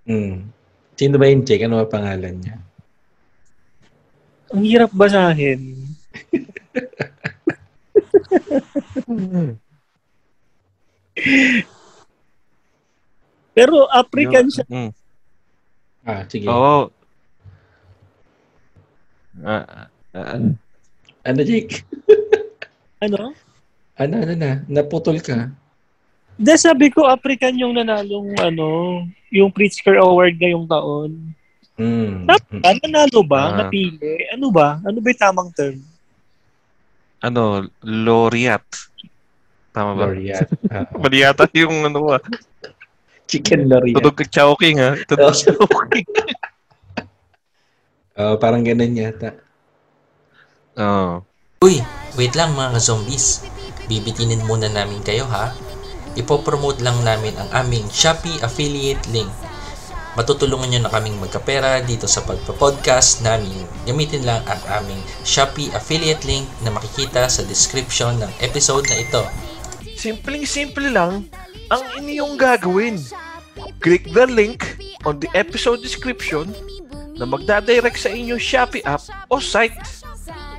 [SPEAKER 3] Mm. Sino ba yung Jake? Ano ang pangalan niya?
[SPEAKER 1] Ang hirap basahin. Pero African siya.
[SPEAKER 2] Mm.
[SPEAKER 3] Ah, sige.
[SPEAKER 2] Oo. Ah, ah, ah.
[SPEAKER 3] Ano, Jake?
[SPEAKER 1] Ano?
[SPEAKER 3] Ano, ano na? Naputol ka.
[SPEAKER 1] Hindi, sabi ko, African yung nanalong, ano, yung Pritzker Award ngayong taon.
[SPEAKER 3] Mm.
[SPEAKER 1] Ah, nanalo ba?
[SPEAKER 2] Ah.
[SPEAKER 1] Napili? Ano ba? Ano ba yung tamang term?
[SPEAKER 2] Ano, laureate. Tama ba?
[SPEAKER 3] Laureate. Ah,
[SPEAKER 2] Mali yata yung ano ah.
[SPEAKER 3] chicken laureate.
[SPEAKER 2] Tunog ka chowking ha. Tunog ka chowking.
[SPEAKER 3] Oh, parang ganun yata.
[SPEAKER 2] Oo.
[SPEAKER 6] Uy, wait lang mga zombies. Bibitinin muna namin kayo ha. Ipopromote lang namin ang aming Shopee affiliate link. Matutulungan nyo na kaming magkapera dito sa pagpa-podcast namin. Gamitin lang ang aming Shopee affiliate link na makikita sa description ng episode na ito.
[SPEAKER 2] Simpleng-simple lang ang inyong gagawin. Click the link on the episode description na magdadirect sa inyong Shopee app o site.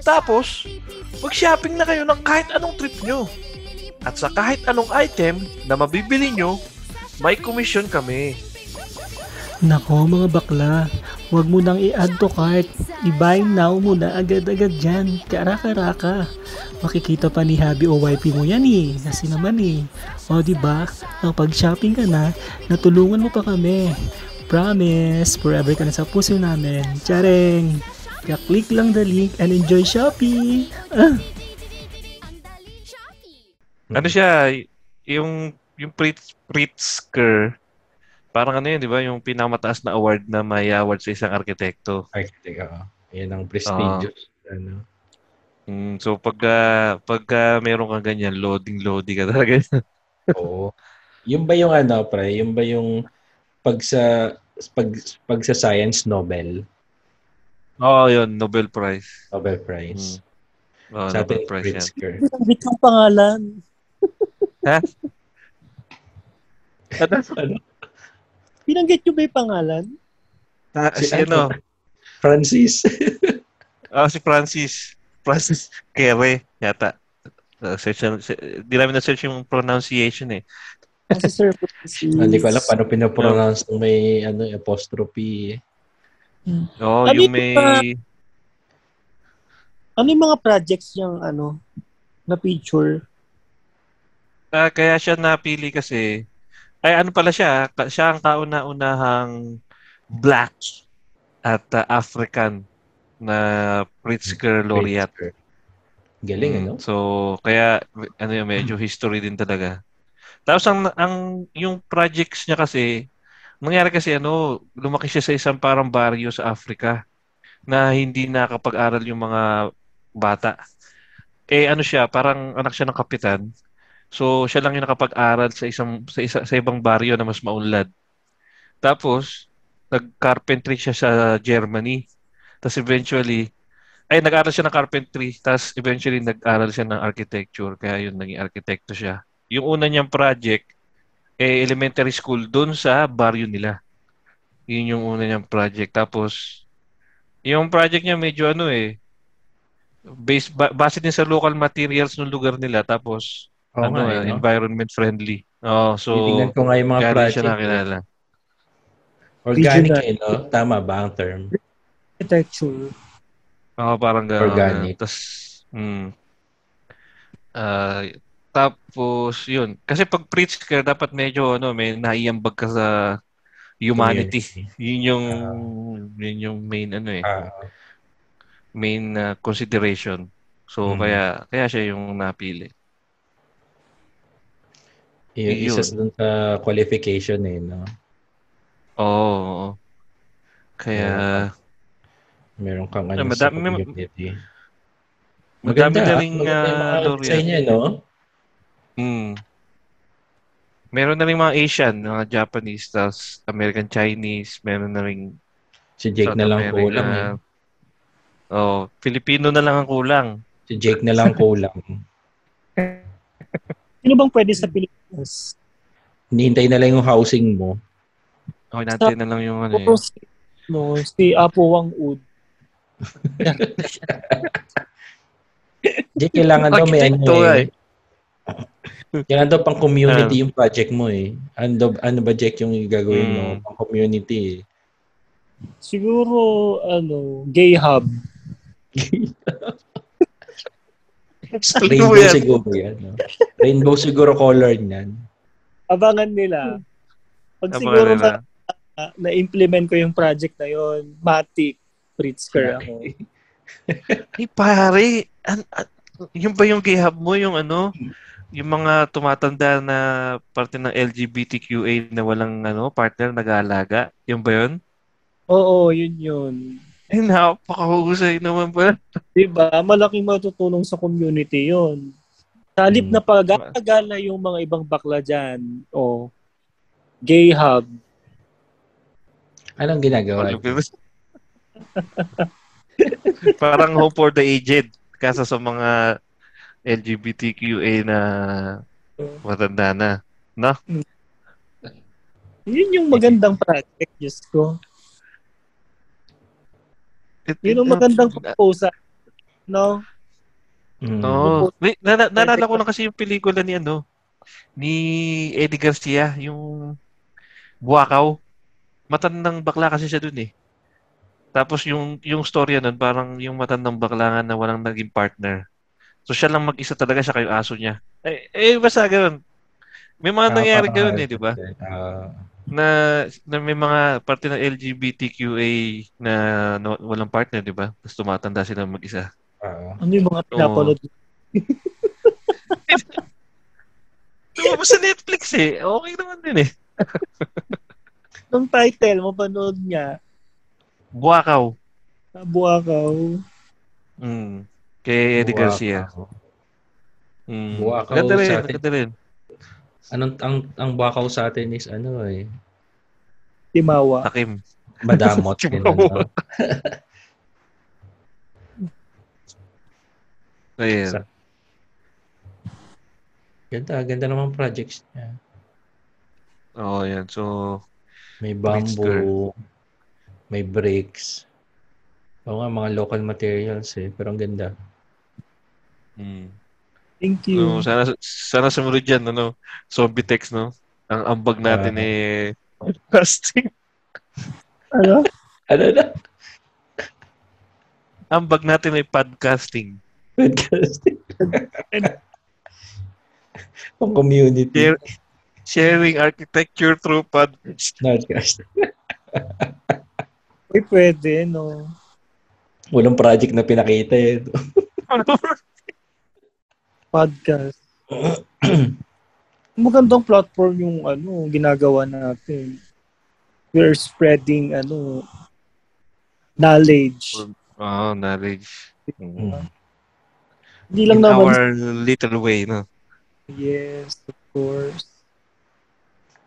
[SPEAKER 2] Tapos, mag-shopping na kayo ng kahit anong trip nyo. At sa kahit anong item na mabibili nyo, may commission kami.
[SPEAKER 7] Nako mga bakla, huwag mo nang i-add to cart. I-buy now mo na agad-agad dyan. Karaka-raka. Makikita pa ni Habi o YP mo yan eh. Kasi naman eh. O diba, kapag shopping ka na, natulungan mo pa kami. Promise, forever ka na sa puso namin. Tsareng! Kaya-click lang the link and enjoy shopping!
[SPEAKER 2] Ano siya, y- yung yung Pritz, Pritzker, parang ano yun, di ba? Yung pinakamataas na award na may award sa isang arkitekto.
[SPEAKER 3] Architect, oo. Yan ah. ang prestigious.
[SPEAKER 6] Ah.
[SPEAKER 3] ano.
[SPEAKER 2] Mm, so pagka pagka ah, meron kang ganyan, loading loading ka talaga.
[SPEAKER 3] Oo. Yung ba yung ano, pre? Yung ba yung pag sa pag, pag sa science Nobel,
[SPEAKER 2] Oo, yun, Nobel Prize. Mm.
[SPEAKER 3] Nobel Prize.
[SPEAKER 2] Oo, Hmm. Ah, Nobel
[SPEAKER 3] sa atin,
[SPEAKER 2] Prize yan.
[SPEAKER 3] Pritzker.
[SPEAKER 1] Nagbit yung pangalan.
[SPEAKER 3] Ano?
[SPEAKER 1] Pinanggit nyo ba yung pangalan?
[SPEAKER 2] Ta-
[SPEAKER 3] Si
[SPEAKER 2] si, ano?
[SPEAKER 3] Francis.
[SPEAKER 2] Ah, si Francis. Francis Kere yata. Uh, search, na- se- di namin na-search yung pronunciation eh.
[SPEAKER 1] Kasi Sir Francis.
[SPEAKER 3] Hindi ko alam paano pinapronounce ng may ano, apostrophe. eh,
[SPEAKER 2] Oo,
[SPEAKER 1] Ano
[SPEAKER 2] yung
[SPEAKER 1] yung
[SPEAKER 2] may...
[SPEAKER 1] pa- Ano yung mga projects niyang, ano, na picture?
[SPEAKER 2] Ah, kaya siya napili kasi... Ay, ano pala siya? ka- Siya ang kauna-unahang black at ah, African na Pritzker laureate.
[SPEAKER 3] Pritzker. Galing,
[SPEAKER 2] Mm,
[SPEAKER 3] ano? Mm.
[SPEAKER 2] So, kaya ano yun, medyo history din talaga. Tapos ang ang yung projects niya kasi nangyari kasi ano, lumaki siya sa isang parang barrio sa Africa na hindi nakakapag-aral yung mga bata. Eh ano siya, parang anak siya ng kapitan. So siya lang yung nakapag-aral sa isang sa isa, sa ibang baryo na mas maunlad. Tapos nag-carpentry siya sa Germany. Tapos eventually ay nag-aral siya ng carpentry tapos eventually nag-aral siya ng architecture kaya yun naging arkitekto siya. Yung una niyang project eh elementary school doon sa baryo nila. Yun yung una niyang project tapos yung project niya medyo ano eh based ba, base din sa local materials ng lugar nila tapos
[SPEAKER 3] Oo
[SPEAKER 2] ano
[SPEAKER 3] nga,
[SPEAKER 2] eh,
[SPEAKER 3] eh, no?
[SPEAKER 2] environment friendly. Oh, so
[SPEAKER 3] Titingnan ko nga yung mga
[SPEAKER 2] kaya din siya
[SPEAKER 3] project. eh.
[SPEAKER 2] nakilala.
[SPEAKER 3] Organic,
[SPEAKER 1] Regional.
[SPEAKER 3] eh, no? Tama ba ang term?
[SPEAKER 1] Architecture.
[SPEAKER 2] Oo, parang gano'n.
[SPEAKER 3] Organic.
[SPEAKER 2] Tapos, mm, Ah, tapos, yun. Kasi pag Pritzker, dapat medyo, ano, may naiambag ka sa humanity. Yun yung, yun yung main, ano eh,
[SPEAKER 3] Ah,
[SPEAKER 2] main ah, consideration. So,
[SPEAKER 3] Mm.
[SPEAKER 2] kaya, kaya siya yung napili.
[SPEAKER 3] yun, isa
[SPEAKER 2] Yun.
[SPEAKER 3] sa dun sa qualification eh, no?
[SPEAKER 2] Oo, Oo. Kaya,
[SPEAKER 3] Meron kang
[SPEAKER 2] Ay,
[SPEAKER 3] ano sa
[SPEAKER 2] madami- may-
[SPEAKER 3] community.
[SPEAKER 2] madami
[SPEAKER 3] Maganda,
[SPEAKER 2] na
[SPEAKER 3] ah.
[SPEAKER 2] rin
[SPEAKER 3] Maganda
[SPEAKER 2] ah,
[SPEAKER 3] yung mga
[SPEAKER 2] laureate.
[SPEAKER 3] design niya, no?
[SPEAKER 2] Mm. Meron na rin mga Asian, mga Japanese, tapos American Chinese, meron na rin
[SPEAKER 3] Si Jake
[SPEAKER 2] South
[SPEAKER 3] na lang
[SPEAKER 2] America.
[SPEAKER 3] kulang. Eh.
[SPEAKER 2] Oh, Filipino na lang ang kulang.
[SPEAKER 3] Si Jake na lang kulang.
[SPEAKER 1] Sino bang pwede sa Pilipinas?
[SPEAKER 3] Hinihintay na lang yung housing mo.
[SPEAKER 2] Okay, natin na lang yung ano
[SPEAKER 1] Puro
[SPEAKER 2] yun.
[SPEAKER 1] si, no, si Apo Wang Ud.
[SPEAKER 3] Jake, kailangan daw may ano
[SPEAKER 2] Arkitekto nga eh. Ah.
[SPEAKER 3] eh. Kailangan daw pang community yung project mo eh. Ano, daw- ano ba Jake yung gagawin mo?
[SPEAKER 2] Mm.
[SPEAKER 3] Pang community eh.
[SPEAKER 1] Siguro, ano, gay hub.
[SPEAKER 3] Rainbow siguro yan. No? Rainbow siguro color niyan.
[SPEAKER 1] Abangan nila. Pag
[SPEAKER 2] Abangan
[SPEAKER 1] siguro
[SPEAKER 2] nila.
[SPEAKER 1] na- na-implement ko yung project na yon, Matic, Pritzker ako.
[SPEAKER 2] Ay, pare. An, an- yung ba yung gihab mo, yung ano, yung mga tumatanda na parte ng LGBTQA na walang ano, partner nag-aalaga? Yung ba yun?
[SPEAKER 1] Oo, yun yun.
[SPEAKER 2] Ay, napakahusay naman pala.
[SPEAKER 1] Diba? Malaking matutulong sa community yun. Sa halip
[SPEAKER 3] Mm.
[SPEAKER 1] na pag-agala yung mga ibang bakla dyan, o gay hub,
[SPEAKER 3] Anong ginagawa?
[SPEAKER 2] Parang hope for the aged kasa sa mga LGBTQA na matanda na.
[SPEAKER 1] yun yung magandang project, Diyos ko.
[SPEAKER 2] It-
[SPEAKER 1] Yun ang
[SPEAKER 2] it-
[SPEAKER 1] magandang proposal. No?
[SPEAKER 3] Mm.
[SPEAKER 2] Oo. Wait, nala- naalala ko lang kasi yung pelikula ni ano, ni Eddie Garcia, yung Buakaw. Matandang bakla kasi siya dun eh. Tapos yung yung storya nun, parang yung matandang bakla nga na walang naging partner. So siya lang mag-isa talaga siya kayo aso niya. Eh, eh basta ganun. May mga nangyayari ganun eh, di ba?
[SPEAKER 3] Ah,
[SPEAKER 2] Na, na may mga parte ng LGBTQA na, na walang partner, di ba? Tapos tumatanda sila mag-isa.
[SPEAKER 3] ah.
[SPEAKER 1] Ano yung mga pinapanood?
[SPEAKER 2] Lumabas sa Netflix eh. Okay naman din eh.
[SPEAKER 1] Nung title, mapanood niya.
[SPEAKER 2] Buakaw.
[SPEAKER 1] Buakaw.
[SPEAKER 2] Mm. Kay Eddie
[SPEAKER 3] Buwakaw.
[SPEAKER 2] Garcia. Mm.
[SPEAKER 3] Buwakaw
[SPEAKER 2] Ganda rin,
[SPEAKER 3] sa atin.
[SPEAKER 2] ganda rin.
[SPEAKER 3] Anong ang ang bakaw sa atin is ano eh,
[SPEAKER 1] Timawa.
[SPEAKER 2] Takim.
[SPEAKER 3] madamot din ano.
[SPEAKER 2] Ayan.
[SPEAKER 3] Ganda, ganda naman projects niya.
[SPEAKER 2] Oo, yan. Oh, So,
[SPEAKER 3] May
[SPEAKER 2] Bricks
[SPEAKER 3] bamboo, may bricks. Oo nga, mga local materials eh. Pero ang ganda.
[SPEAKER 2] mm.
[SPEAKER 1] Thank
[SPEAKER 2] so
[SPEAKER 1] you.
[SPEAKER 2] sana, sana sumunod yan, ano, zombie text, no? Ang ambag natin
[SPEAKER 3] Ah.
[SPEAKER 2] eh, casting.
[SPEAKER 1] Ano?
[SPEAKER 3] Ano na?
[SPEAKER 2] ambag natin ay podcasting.
[SPEAKER 3] Podcasting. Ang community.
[SPEAKER 2] Share, sharing architecture through podcast.
[SPEAKER 3] Podcast.
[SPEAKER 1] Uy, pwede, no?
[SPEAKER 3] Walang project na pinakita eh.
[SPEAKER 1] Podcast. Magandang platform yung ano, ginagawa natin. We're spreading ano, knowledge.
[SPEAKER 2] oh, knowledge. Mm.
[SPEAKER 1] Hindi lang
[SPEAKER 2] In
[SPEAKER 1] naman,
[SPEAKER 2] our little way, no?
[SPEAKER 1] yes, of course.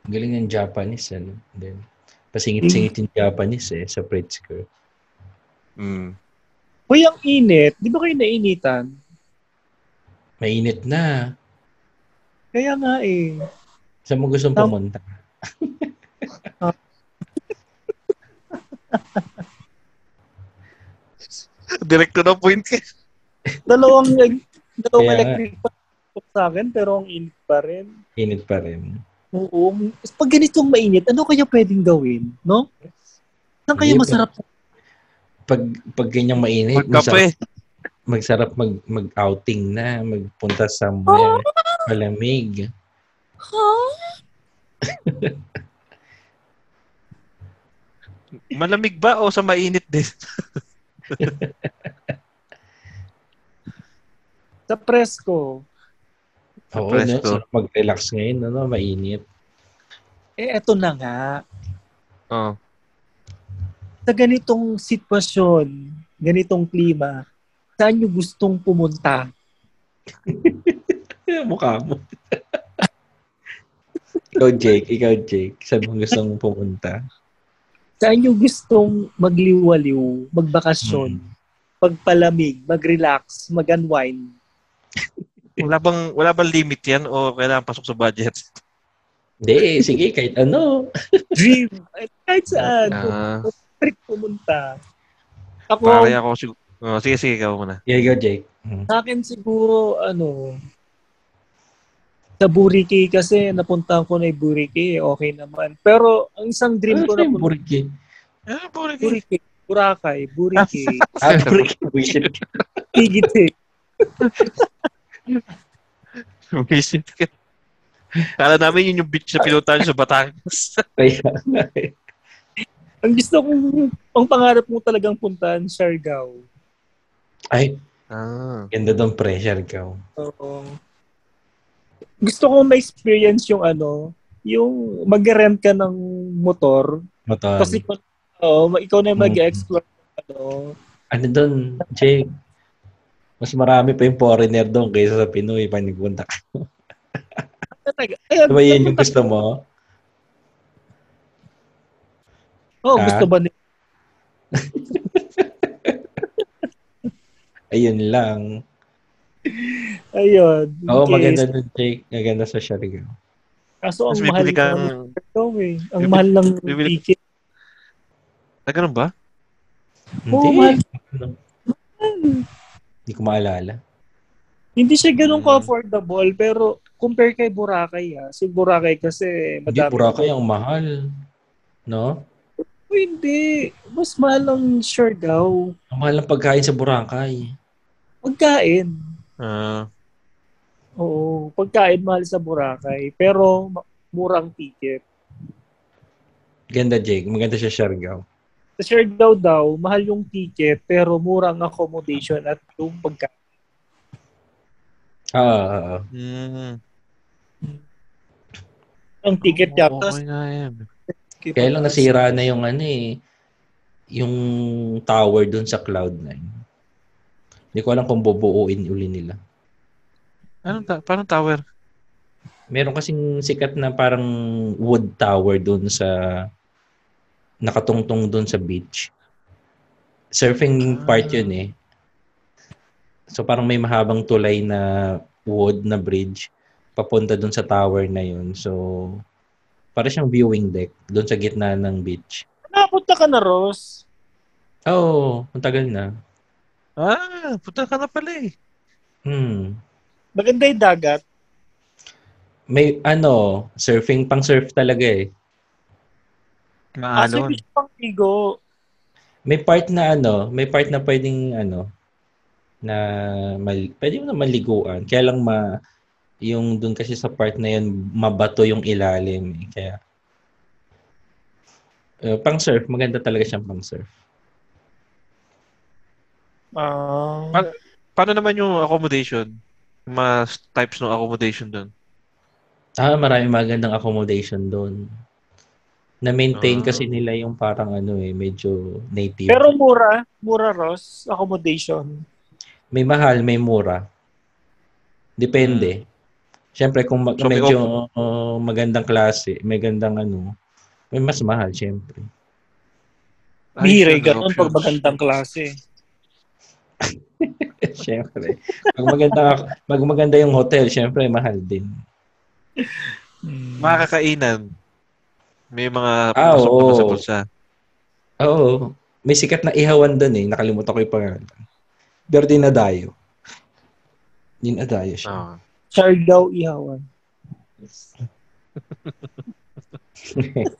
[SPEAKER 3] Ang galing ng Japanese. Ano? Then, pasingit-singit yung Japanese eh sa Pritzker.
[SPEAKER 2] Mm.
[SPEAKER 1] Uy, ang init. Di ba kayo nainitan?
[SPEAKER 3] Mainit na.
[SPEAKER 1] Kaya nga eh.
[SPEAKER 3] Saan mo gustong
[SPEAKER 1] Tam-
[SPEAKER 3] pumunta?
[SPEAKER 2] Direct to the point ka.
[SPEAKER 3] Eh,
[SPEAKER 1] Dalawang, dalawang
[SPEAKER 3] Kaya nga.
[SPEAKER 1] electric pa sa akin, pero ang init pa rin.
[SPEAKER 3] Init pa rin.
[SPEAKER 1] Oo. Pag ganitong mainit, ano kaya pwedeng gawin? No? Saan kaya
[SPEAKER 3] Hindi,
[SPEAKER 1] masarap?
[SPEAKER 3] Pag, pag ganyang mainit, masarap,
[SPEAKER 2] Magkape.
[SPEAKER 3] magsarap mag, mag-outing na, magpunta somewhere, malamig.
[SPEAKER 2] Malamig ba o sa mainit din?
[SPEAKER 1] Sa presko.
[SPEAKER 3] Oo,
[SPEAKER 2] Presto.
[SPEAKER 3] no? sarap mag-relax ngayon, ano, mainit.
[SPEAKER 1] Eh, eto na nga.
[SPEAKER 2] Oo.
[SPEAKER 3] Oh.
[SPEAKER 1] Sa ganitong sitwasyon, ganitong klima, saan nyo gustong pumunta?
[SPEAKER 3] Eh, Mukha mo. ikaw, Jake. Ikaw, Jake. Saan mo gusto mong pumunta?
[SPEAKER 1] Saan nyo gustong magliwaliw, magbakasyon,
[SPEAKER 3] Hmm.
[SPEAKER 1] pagpalamig, mag-relax, mag-unwind?
[SPEAKER 2] Wala bang wala bang limit 'yan o kailangan pasok sa budget?
[SPEAKER 3] Hindi, eh, sige, kahit ano.
[SPEAKER 1] Dream! Eh, Kahit saan, kung
[SPEAKER 2] Ah,
[SPEAKER 1] trip pumunta. Ako,
[SPEAKER 2] pare ako sig- oh, sige sige ikaw muna.
[SPEAKER 3] Yeah, ikaw, Jake. Hmm.
[SPEAKER 1] Sa akin siguro, ano, sa Buriki kasi, napuntahan ko na yung Buriki, okay naman. Pero, ang isang dream ko na
[SPEAKER 3] Ano yung
[SPEAKER 1] punta
[SPEAKER 3] burger?
[SPEAKER 2] Ah, puro
[SPEAKER 1] Buriki, Boracay, Buriki,
[SPEAKER 3] Ah, burger. Wish it.
[SPEAKER 1] Tigiti.
[SPEAKER 2] Visit ka. Kala namin yun yung beach
[SPEAKER 1] Ah.
[SPEAKER 2] na pinuntahan sa Batangas.
[SPEAKER 3] Kaya nga eh.
[SPEAKER 1] Ang gusto kong, ang pangarap mo talagang puntahan, Siargao.
[SPEAKER 3] Ay,
[SPEAKER 2] ah.
[SPEAKER 3] ganda ng pressure ka.
[SPEAKER 1] Oo. Gusto kong ma-experience yung ano, yung mag-rent ka ng motor.
[SPEAKER 3] Motor.
[SPEAKER 1] Tapos ikaw, oo, ikaw na
[SPEAKER 3] Mm.
[SPEAKER 1] yung mag-explore. Ano.
[SPEAKER 3] ano doon, Jake? Mas marami pa yung foreigner doon kaysa sa Pinoy panigpunta ka.
[SPEAKER 1] Talaga. Ayan,
[SPEAKER 3] Ano ba yun yung gusto mo?
[SPEAKER 1] Oo,
[SPEAKER 3] Ah.
[SPEAKER 1] oh, gusto ba nila?
[SPEAKER 3] Ayun lang.
[SPEAKER 1] Ayun.
[SPEAKER 3] Oo,
[SPEAKER 1] Okay.
[SPEAKER 3] maganda doon, Jake. Maganda sa Siargao.
[SPEAKER 1] Kaso ang
[SPEAKER 2] Tapos
[SPEAKER 1] mahal
[SPEAKER 2] bibili
[SPEAKER 1] ng
[SPEAKER 2] kang...
[SPEAKER 1] ito eh. Ang
[SPEAKER 2] bibili-
[SPEAKER 1] mahal ng
[SPEAKER 2] bibili-
[SPEAKER 1] ticket.
[SPEAKER 2] Ah, ganun ba?
[SPEAKER 1] Oo, mahal.
[SPEAKER 3] Hindi. Hindi ko maalala.
[SPEAKER 1] Hindi siya ganun
[SPEAKER 2] Mm.
[SPEAKER 1] ka-affordable, pero compare kay Boracay ah. Si Boracay kasi
[SPEAKER 3] Hindi,
[SPEAKER 1] madami.
[SPEAKER 3] Boracay ang mahal. No?
[SPEAKER 1] Oh, hindi. Mas mahal ang Siargao.
[SPEAKER 3] Ang mahal ng pagkain sa Boracay.
[SPEAKER 1] Pagkain.
[SPEAKER 2] Ah,
[SPEAKER 1] Oo. Pagkain mahal sa Boracay. Pero ma- murang ticket.
[SPEAKER 3] Ganda, Jake. Maganda siya Siargao.
[SPEAKER 1] Sa Siargao daw, mahal yung ticket pero murang accommodation at yung pagkain.
[SPEAKER 3] Oo, oo, oo.
[SPEAKER 2] mm,
[SPEAKER 1] Ang ticket
[SPEAKER 2] Oo,
[SPEAKER 1] yata.
[SPEAKER 2] Oh, okay nga yan.
[SPEAKER 3] Kaya lang nasira na yung ano eh, yung tower doon sa Cloud9. Hindi ko alam kung bubuuin uli nila.
[SPEAKER 2] Anong ta- parang tower?
[SPEAKER 3] Meron kasing sikat na parang wood tower doon sa nakatungtong doon sa beach. Surfing part yun eh. So parang may mahabang tulay na wood na bridge papunta doon sa tower na yun. So para siyang viewing deck doon sa gitna ng beach.
[SPEAKER 1] Nakapunta ka na, Ross.
[SPEAKER 3] Oh, ang tagal na.
[SPEAKER 2] Ah, puta ka na pala eh.
[SPEAKER 3] Hmm.
[SPEAKER 1] Maganda yung dagat.
[SPEAKER 3] May ano, surfing pang surf talaga eh.
[SPEAKER 1] Kaso
[SPEAKER 2] Maalon.
[SPEAKER 1] hindi siya pangtigo.
[SPEAKER 3] May part na ano, may part na pwedeng ano na mal, pwede mo na maliguan. Kaya lang ma yung dun kasi sa part na yun mabato yung ilalim eh. Kaya eh, pang surf, maganda talaga siyang pang surf.
[SPEAKER 1] Ah.
[SPEAKER 2] Pa- Paano naman yung accommodation? Yung Mga s- types ng accommodation doon.
[SPEAKER 3] Ah, marami magandang accommodation doon. Na-maintain
[SPEAKER 2] Ah.
[SPEAKER 3] kasi nila yung parang ano eh, medyo native.
[SPEAKER 1] pero mura. Mura, Ross. Accommodation.
[SPEAKER 3] May mahal, may mura. Depende. Siyempre kung mag-
[SPEAKER 2] Hmm. So, may
[SPEAKER 3] medyo uh, magandang klase, may gandang ano, may mas mahal siyempre.
[SPEAKER 1] Bihira
[SPEAKER 2] Ayos yun,
[SPEAKER 1] ganun pag
[SPEAKER 2] options.
[SPEAKER 1] magandang klase.
[SPEAKER 3] siyempre. Pag maganda pag maganda yung hotel, siyempre mahal din.
[SPEAKER 1] Hmm.
[SPEAKER 2] Mga kakainan. May mga
[SPEAKER 3] Ah,
[SPEAKER 2] pasok naman sa
[SPEAKER 3] oo.
[SPEAKER 2] bulsa.
[SPEAKER 3] Oo. May sikat na ihawan doon eh. Nakalimutan ko yung pangalan. Pero dinadayo. Dinadayo siya.
[SPEAKER 2] Ah.
[SPEAKER 1] Siargao Ihawan.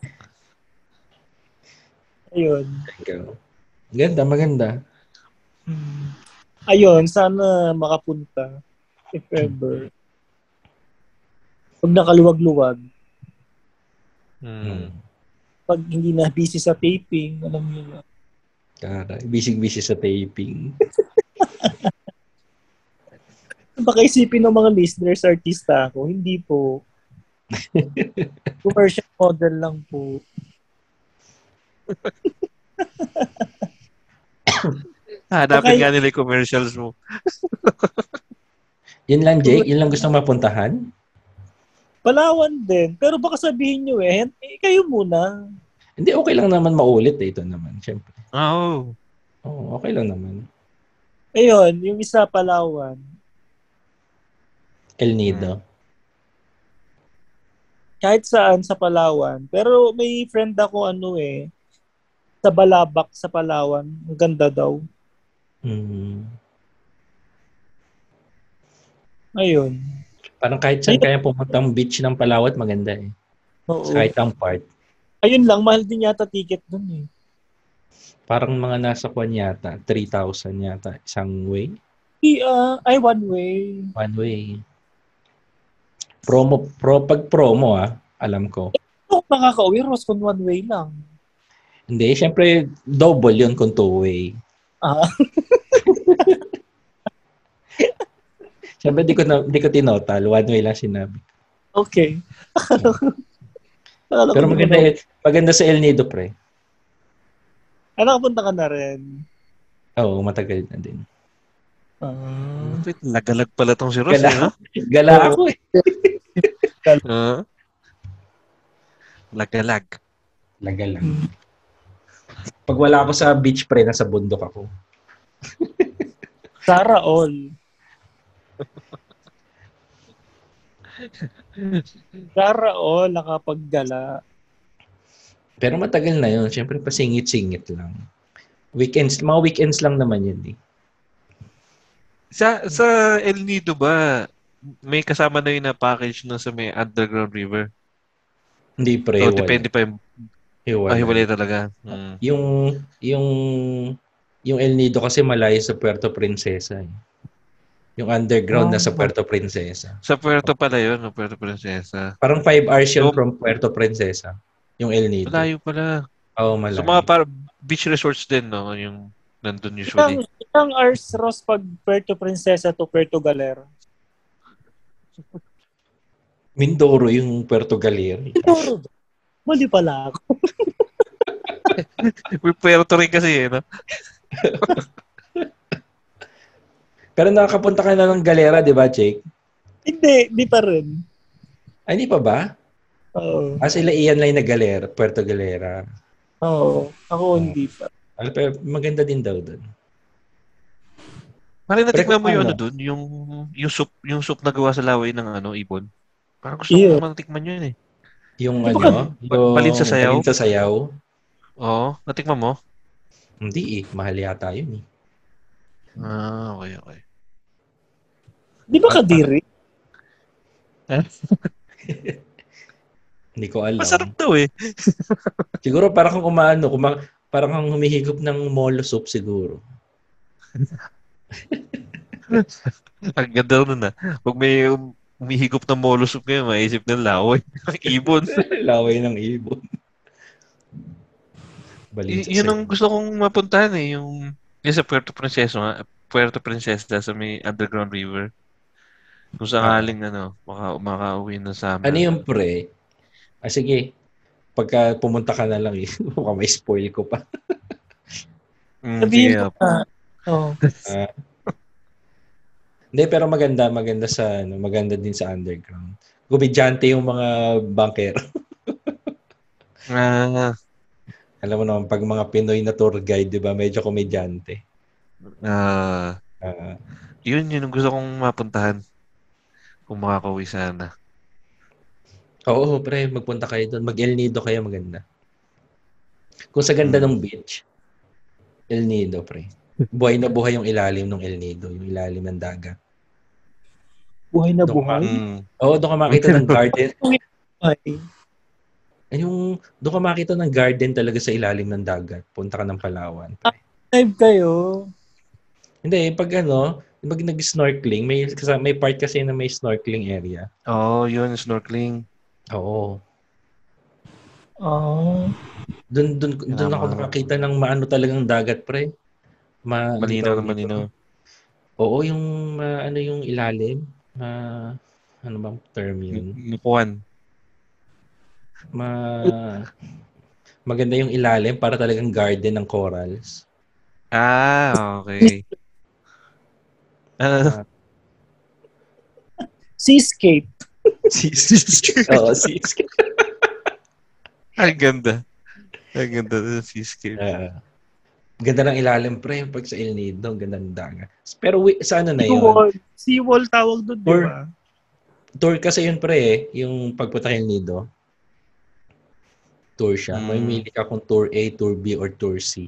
[SPEAKER 1] Ayun.
[SPEAKER 3] Ikaw. Ganda, maganda.
[SPEAKER 1] Ayun, sana makapunta. If ever. Pag nakaluwag-luwag.
[SPEAKER 2] Hmm.
[SPEAKER 1] Pag hindi na busy sa taping. Alam mo yun.
[SPEAKER 3] Kara, bisig-bisig sa taping.
[SPEAKER 1] Baka isipin ng mga listeners, artista ako. Hindi po. Commercial model lang po.
[SPEAKER 2] Hanapin
[SPEAKER 1] Okay.
[SPEAKER 2] Ah, nga nila yung commercials mo.
[SPEAKER 3] Yun lang, Jake. Yun lang gusto mapuntahan.
[SPEAKER 1] Palawan din. Pero baka sabihin nyo eh, eh kayo muna.
[SPEAKER 3] Hindi, okay lang naman maulit eh. Ito naman, siyempre.
[SPEAKER 2] Ah, Oo.
[SPEAKER 3] Oo, okay lang naman.
[SPEAKER 1] Ayun, yung isa Palawan.
[SPEAKER 3] El Nido.
[SPEAKER 1] Kahit saan sa Palawan. Pero may friend ako ano eh, sa Balabak sa Palawan. Ang ganda daw.
[SPEAKER 3] Mm.
[SPEAKER 1] Ayun.
[SPEAKER 3] Parang kahit saan kaya pumunta ang beach ng Palawat, maganda eh.
[SPEAKER 1] Oo.
[SPEAKER 3] Sa kahit ang part.
[SPEAKER 1] Ayun lang, mahal din yata ticket dun eh.
[SPEAKER 3] Parang mga nasa kwan yata. 3,000 yata. Isang way.
[SPEAKER 1] Yeah, ah, ay, one way.
[SPEAKER 3] One way. Promo, pro, pag promo ah, alam ko.
[SPEAKER 1] Ano kung makakauwi, Ross, kung one way lang?
[SPEAKER 3] Hindi, eh, syempre double yun kung two-way.
[SPEAKER 1] Ah.
[SPEAKER 3] Syempre di ko, na, di ko tinotal, one-way lang sinabi.
[SPEAKER 1] Okay.
[SPEAKER 3] Pero maganda, maganda sa El Nido, pre.
[SPEAKER 1] Ano, punta ka na rin.
[SPEAKER 3] Oo, matagal na din.
[SPEAKER 1] Ah.
[SPEAKER 2] Wait, nagalag pala tong si Ross.
[SPEAKER 3] Gala.
[SPEAKER 2] eh, no?
[SPEAKER 3] Gala ako eh.
[SPEAKER 2] Ah. Lagalag.
[SPEAKER 3] Laga lang. Pag wala ako sa beach, pre, nasa bundok ako.
[SPEAKER 1] Sarah all. Sarah all, nakapaggala.
[SPEAKER 3] Pero matagal na yun. Syempre, pasingit-singit lang. Weekends, mga weekends lang naman yun eh.
[SPEAKER 2] Sa, sa El Nido ba, may kasama na yun na package na sa may underground river?
[SPEAKER 3] Hindi,
[SPEAKER 2] o
[SPEAKER 3] pre.
[SPEAKER 2] Oh,
[SPEAKER 3] wala.
[SPEAKER 2] depende pa yung
[SPEAKER 3] Hiwalay. Ah.
[SPEAKER 2] ah, hiwalay talaga. Mm.
[SPEAKER 3] Yung, yung, yung El Nido kasi malayo sa Puerto Princesa eh. Yung underground
[SPEAKER 1] Ah.
[SPEAKER 3] na sa Puerto Princesa.
[SPEAKER 2] Sa Puerto pala yun, no? Puerto Princesa.
[SPEAKER 3] Parang 5 hours
[SPEAKER 2] So-
[SPEAKER 3] yun from Puerto Princesa. Yung El
[SPEAKER 2] Oh.
[SPEAKER 3] Nido.
[SPEAKER 2] Malayo pala.
[SPEAKER 3] Oo, malayo.
[SPEAKER 2] So mga par- beach resorts din, no? Yung nandun
[SPEAKER 1] Ilang,
[SPEAKER 2] usually.
[SPEAKER 1] ilang hours, Ross, pag Puerto Princesa to Puerto Galera?
[SPEAKER 3] Mindoro yung Puerto Galera.
[SPEAKER 1] Mali pala ako.
[SPEAKER 2] May Puerto rin kasi, eh, no?
[SPEAKER 3] Pero nakakapunta ka na ng Galera, di ba, Jake?
[SPEAKER 1] Hindi, di pa rin.
[SPEAKER 3] Ay, di pa ba?
[SPEAKER 1] Oo.
[SPEAKER 3] Ah, sila iyan lang na Galera, Puerto Galera.
[SPEAKER 1] Oo. Ako hindi pa.
[SPEAKER 3] Ano, pero maganda din daw doon.
[SPEAKER 2] Parang natikman
[SPEAKER 3] Pero
[SPEAKER 2] mo yung
[SPEAKER 3] ano?
[SPEAKER 2] ano dun, yung, yung soup, yung soup na gawa sa laway ng ano, ibon. Parang gusto
[SPEAKER 1] Ew.
[SPEAKER 2] ko naman natikman yun eh.
[SPEAKER 3] Yung
[SPEAKER 1] Di ba
[SPEAKER 3] ano? Yung
[SPEAKER 2] Palit sa sayaw?
[SPEAKER 3] Palit sa sayaw?
[SPEAKER 2] Oo, natikman mo?
[SPEAKER 3] Hindi eh. Mahal yata yun eh.
[SPEAKER 2] Ah, okay, okay.
[SPEAKER 1] Di ba kadiri?
[SPEAKER 3] Mm, Hindi ko alam.
[SPEAKER 2] Masarap daw eh.
[SPEAKER 3] Siguro parang kung umaano, kuma, parang kang humihigop ng molo soup siguro.
[SPEAKER 2] Ang ganda nun ah. Pag may um- umihigop ng molo soup ngayon, maisip ng laway. Ang ibon.
[SPEAKER 3] Laway ng ibon.
[SPEAKER 2] Y-
[SPEAKER 3] Balin sa
[SPEAKER 2] yun
[SPEAKER 3] sayaw.
[SPEAKER 2] ang gusto kong mapuntahan eh. Yung, yung sa Puerto Princesa, nga. Puerto Princesa sa may underground river. Kung sakaling ano, maka, makauwi na sa amin.
[SPEAKER 3] Ano yung pre? Ah, sige. Pagka pumunta ka na lang eh. Baka may spoil ko pa.
[SPEAKER 2] Mm,
[SPEAKER 1] Sabihin
[SPEAKER 2] sige,
[SPEAKER 1] mo na. oh, Oo.
[SPEAKER 3] Hindi, pero maganda. Maganda sa, ano, maganda din sa underground. Gumidyante yung mga banker.
[SPEAKER 2] ah,
[SPEAKER 3] Alam mo naman, pag mga Pinoy na tour guide, di ba, medyo komedyante.
[SPEAKER 2] ah,
[SPEAKER 3] Ah,
[SPEAKER 2] yun, yun ang gusto kong mapuntahan. Kung makakauwi sana.
[SPEAKER 3] oo, pre, magpunta kayo doon. Mag-El Nido kayo, maganda. Kung sa ganda ng beach, El Nido, pre. Buhay na buhay yung ilalim ng El Nido, yung ilalim ng dagat.
[SPEAKER 1] Buhay na
[SPEAKER 3] Doon ka-
[SPEAKER 1] buhay.
[SPEAKER 2] Mm.
[SPEAKER 3] Oo, doon ka makita ng garden.
[SPEAKER 1] Ay.
[SPEAKER 3] Ay, Yung, doon ka makita ng garden talaga sa ilalim ng dagat. Punta ka ng Palawan.
[SPEAKER 1] Live kayo.
[SPEAKER 3] Hindi, pag ano, pag nag-snorkeling, may, kasi may part kasi na may snorkeling area.
[SPEAKER 2] Oo, oh, yun, snorkeling.
[SPEAKER 3] Oo.
[SPEAKER 1] Oo.
[SPEAKER 3] Doon doon doon ako
[SPEAKER 2] Tama.
[SPEAKER 3] nakakita ng maano talagang dagat pre.
[SPEAKER 2] Malinaw
[SPEAKER 3] Ma
[SPEAKER 2] na
[SPEAKER 3] tawag
[SPEAKER 2] malinaw.
[SPEAKER 3] dito? Oo, yung ma- ano yung ilalim, ma ano bang term yun?
[SPEAKER 2] Mukuan.
[SPEAKER 3] Ma maganda yung ilalim para talagang garden ng corals.
[SPEAKER 2] Ah, okay. Ah,
[SPEAKER 1] Seascape.
[SPEAKER 3] Oo, seascape.
[SPEAKER 2] ang ganda. Ang ganda ng seascape.
[SPEAKER 3] Ah. ganda ng ilalim pre pag sa El Nido, ang ganda ng dagat. Pero wi- sa ano na yun?
[SPEAKER 1] Seawall. Seawall tawag doon, di
[SPEAKER 3] Or-
[SPEAKER 1] ba?
[SPEAKER 3] Tour kasi yun pre, eh, yung pagpunta kay El Nido. Tour siya. May
[SPEAKER 2] Mm.
[SPEAKER 3] mili ka kung tour A, tour B, or tour C.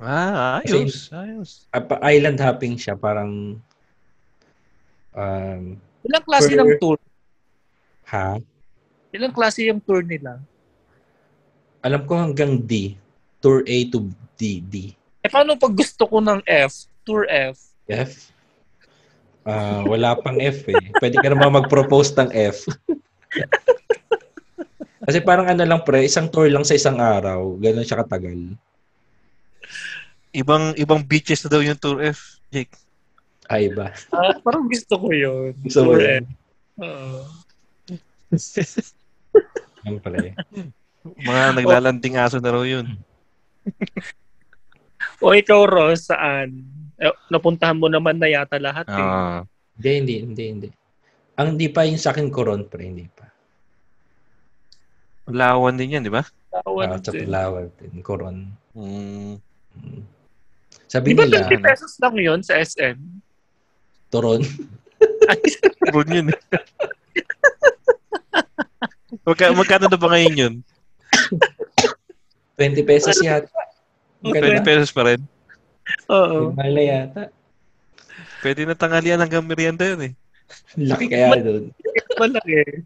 [SPEAKER 2] Ah, ayos. Ayos.
[SPEAKER 3] Ah, pa- island hopping siya parang um,
[SPEAKER 1] Ilang klase
[SPEAKER 3] Or-
[SPEAKER 1] ng tour?
[SPEAKER 3] ha
[SPEAKER 1] Ilang klase yung tour nila?
[SPEAKER 3] alam ko hanggang D tour A to D D
[SPEAKER 1] Eh, paano pag gusto ko ng F? Tour F.
[SPEAKER 3] F? Ah, wala pang F eh. Pwede ka naman mag-propose ng F. Kasi parang ano lang pre, isang tour lang sa isang araw. Ganun siya katagal.
[SPEAKER 2] Ibang ibang beaches na daw yung Tour F, Jake.
[SPEAKER 3] Ay ba?
[SPEAKER 1] Ah, parang gusto ko yun.
[SPEAKER 3] Gusto mo
[SPEAKER 1] Tour
[SPEAKER 3] yun?
[SPEAKER 1] F. Oo.
[SPEAKER 3] Yan pre.
[SPEAKER 2] Mga naglalanding aso na raw yun.
[SPEAKER 1] O ikaw, Ross, saan? Eh, napuntahan mo naman na yata lahat eh.
[SPEAKER 2] Ah,
[SPEAKER 3] Hindi, hindi, hindi, hindi. Ang hindi pa yung sa akin koron pre, hindi pa.
[SPEAKER 2] Palawan din yan, di ba?
[SPEAKER 3] Ah,
[SPEAKER 1] Tawan
[SPEAKER 3] sa
[SPEAKER 1] din.
[SPEAKER 3] Palawan din, koron.
[SPEAKER 2] Mm,
[SPEAKER 3] Mm.
[SPEAKER 1] Di
[SPEAKER 3] Sabi
[SPEAKER 1] ba
[SPEAKER 3] nila, ano?
[SPEAKER 1] 20 pesos lang yun sa SM?
[SPEAKER 3] Toron.
[SPEAKER 2] Ron yun. eh. Magka, magkano na ba ngayon yun?
[SPEAKER 3] 20 pesos
[SPEAKER 1] Ano?
[SPEAKER 3] yata. Ang
[SPEAKER 2] 20
[SPEAKER 3] ganda.
[SPEAKER 2] pesos pa rin.
[SPEAKER 1] Oo.
[SPEAKER 3] Mahal na yata.
[SPEAKER 2] Pwede na tanghalian hanggang merienda yun eh.
[SPEAKER 3] Laki kaya doon.
[SPEAKER 1] Malaki.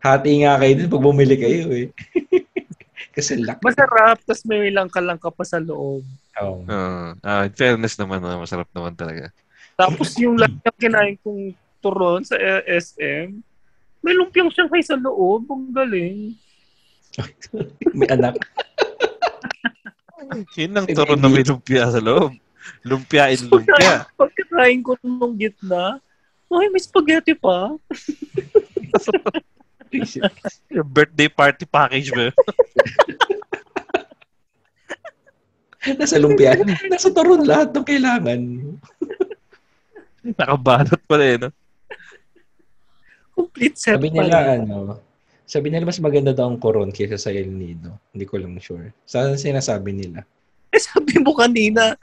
[SPEAKER 3] Hati nga kayo doon pag bumili kayo eh. Kasi laki.
[SPEAKER 1] Masarap, tapos may lang ka lang ka pa sa loob.
[SPEAKER 3] Oo.
[SPEAKER 2] Ah, ah, in fairness naman, ah, masarap naman talaga.
[SPEAKER 1] Tapos yung lahat na kinain kong turon sa eh, SM, may lumpiang Shanghai sa loob. Ang galing.
[SPEAKER 3] May anak.
[SPEAKER 2] Yun ang turon na may lumpia sa loob. Lumpia in lumpia.
[SPEAKER 1] Pagkakain ko nung gitna, ay, may spaghetti pa.
[SPEAKER 2] Yung birthday party package ba? yun?
[SPEAKER 3] Nasa lumpia. Nasa Toron lahat ng kailangan.
[SPEAKER 2] Nakabalot pala eh, no?
[SPEAKER 1] Complete set
[SPEAKER 3] Sabi
[SPEAKER 1] pala.
[SPEAKER 3] nila ano, sabi nila mas maganda daw ang Coron kaysa sa El Nido. Hindi ko lang sure. Saan sinasabi nila?
[SPEAKER 1] Eh, sabi mo kanina,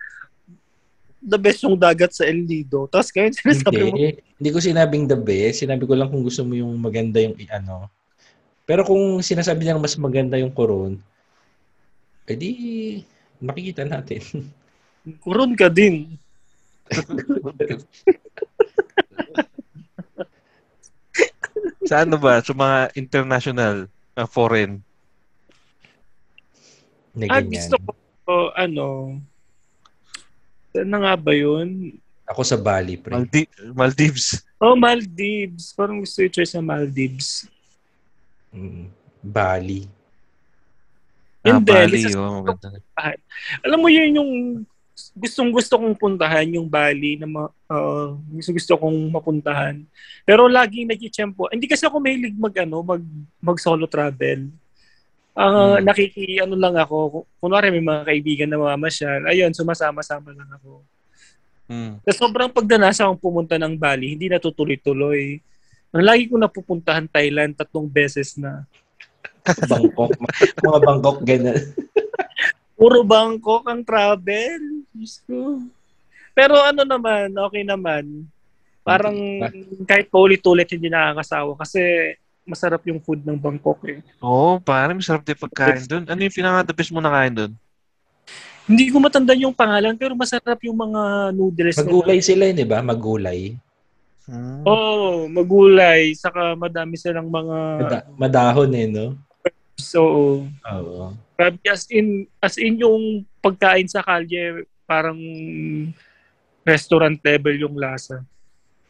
[SPEAKER 1] the best yung dagat sa El Nido. Tapos ngayon sinasabi mo,
[SPEAKER 3] Hindi. Hindi ko sinabing the best. Sinabi ko lang kung gusto mo yung maganda yung i- ano. Pero kung sinasabi nila mas maganda yung Coron, edi makikita natin.
[SPEAKER 1] kurun ka din.
[SPEAKER 2] Sa ano ba? Sa mga international, ah, foreign.
[SPEAKER 3] Na
[SPEAKER 1] Ah,
[SPEAKER 3] ganyan.
[SPEAKER 1] gusto ko, oh, ano, saan na nga ba yun?
[SPEAKER 3] Ako sa Bali, pre.
[SPEAKER 2] Maldi- Maldives.
[SPEAKER 1] Oh, Maldives. Parang gusto yung choice sa Maldives.
[SPEAKER 3] Mm, Bali.
[SPEAKER 2] Ah,
[SPEAKER 1] Yung Delhi,
[SPEAKER 2] Bali.
[SPEAKER 1] sa-
[SPEAKER 2] Oh, maganda.
[SPEAKER 1] Alam mo yun yung gustong gusto kong puntahan yung Bali na ma, gusto gusto kong mapuntahan. Pero laging nagchechempo. Hindi kasi ako mahilig mag ano, mag mag solo travel. Ah,
[SPEAKER 3] Hmm.
[SPEAKER 1] nakiki ano lang ako, kunwari may mga kaibigan na mamamasyal. Ayun, sumasama-sama lang ako.
[SPEAKER 2] Mm.
[SPEAKER 1] Tapos sobrang pagdanasa akong pumunta ng Bali, hindi natutuloy-tuloy. Ang lagi ko napupuntahan Thailand tatlong beses na.
[SPEAKER 3] Bangkok. mga Bangkok, ganun.
[SPEAKER 1] Puro Bangkok ang travel. Diyos ko. Pero ano naman, okay naman. Parang kahit paulit-ulit hindi nakakasawa kasi masarap yung food ng Bangkok eh.
[SPEAKER 2] Oo, pare, masarap din pagkain doon. Ano yung pinaka-the best mo nakain doon?
[SPEAKER 1] Hindi ko matandaan yung pangalan pero masarap yung mga noodles. nila.
[SPEAKER 3] Magulay sila, yun, di ba? Magulay.
[SPEAKER 2] Hmm.
[SPEAKER 1] Oo, oh, magulay. Saka madami silang mga...
[SPEAKER 3] Mada- madahon eh, no?
[SPEAKER 1] So,
[SPEAKER 3] Oo.
[SPEAKER 1] Grabe, as in, as in yung pagkain sa kalye, parang restaurant level yung lasa.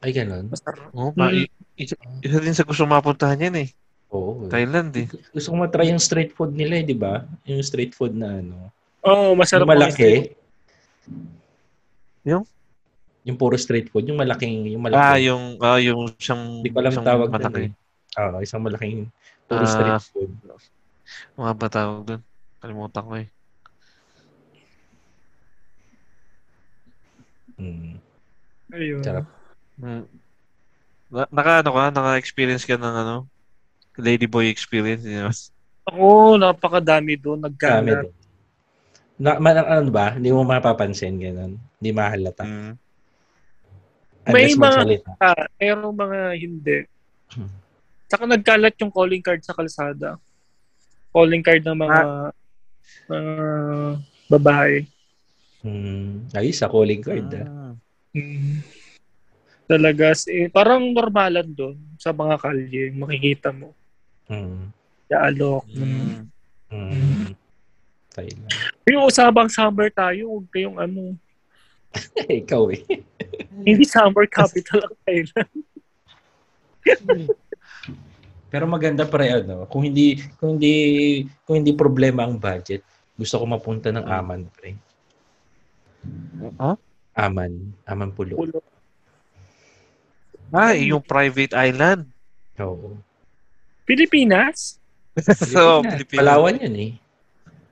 [SPEAKER 3] Ay, ganun.
[SPEAKER 1] Masarap.
[SPEAKER 2] Oo, pa, i- isa, isa din sa gusto mapuntahan yan eh.
[SPEAKER 3] Oo.
[SPEAKER 2] Thailand eh.
[SPEAKER 3] Gusto ko matry yung street food nila, eh, di ba? Yung street food na ano.
[SPEAKER 1] Oo, oh, masarap.
[SPEAKER 3] yung malaki.
[SPEAKER 1] mga-
[SPEAKER 2] Yung?
[SPEAKER 3] Yung puro street food. Yung malaking, yung malaki.
[SPEAKER 2] Ah, yung, ah, yung siyang,
[SPEAKER 3] Hindi ko alam
[SPEAKER 2] siyang
[SPEAKER 3] tawag
[SPEAKER 2] mataki.
[SPEAKER 3] dun eh. Oo, isang malaking puro
[SPEAKER 2] Ah.
[SPEAKER 3] street food.
[SPEAKER 2] Mga ba tawag doon? Kalimutan ko eh.
[SPEAKER 3] Mm.
[SPEAKER 1] Ayun.
[SPEAKER 3] Sarap.
[SPEAKER 2] Hmm. Na- Naka, ano ka? Naka-experience ka ng ano? Ladyboy experience. You know?
[SPEAKER 1] Ako, napakadami doon.
[SPEAKER 3] Kami
[SPEAKER 1] Nagkana.
[SPEAKER 3] din. Na, ma, ano ba? Hindi mo mapapansin, ganun. Hindi mahalata.
[SPEAKER 2] Hmm.
[SPEAKER 1] May
[SPEAKER 3] Unless
[SPEAKER 1] mga-
[SPEAKER 3] magsalita.
[SPEAKER 1] Ah, pero mga hindi.
[SPEAKER 3] Hmm.
[SPEAKER 1] Saka nagkalat yung calling card sa kalsada. Calling card ng mga mga babae.
[SPEAKER 3] Mm. Ayos, sa calling card. ah.
[SPEAKER 2] Ah.
[SPEAKER 1] Mm. Talaga. as in, parang normalan doon sa mga kalye. Makikita mo.
[SPEAKER 3] Mm.
[SPEAKER 1] Yaalok. Mm.
[SPEAKER 2] Hmm.
[SPEAKER 3] Mm. Thailand.
[SPEAKER 1] Yung usabang summer tayo, huwag kayong ano.
[SPEAKER 3] Ikaw eh.
[SPEAKER 1] Hindi summer capital ang Thailand.
[SPEAKER 3] Pero maganda pre ano, kung hindi kung hindi kung hindi problema ang budget, gusto ko mapunta ng Aman pre.
[SPEAKER 2] Ha?
[SPEAKER 3] Aman, Aman Pulo.
[SPEAKER 1] Pulo.
[SPEAKER 2] Ah, yung private island.
[SPEAKER 3] Oo.
[SPEAKER 1] Pilipinas?
[SPEAKER 2] so, Pilipinas.
[SPEAKER 3] Palawan 'yun eh.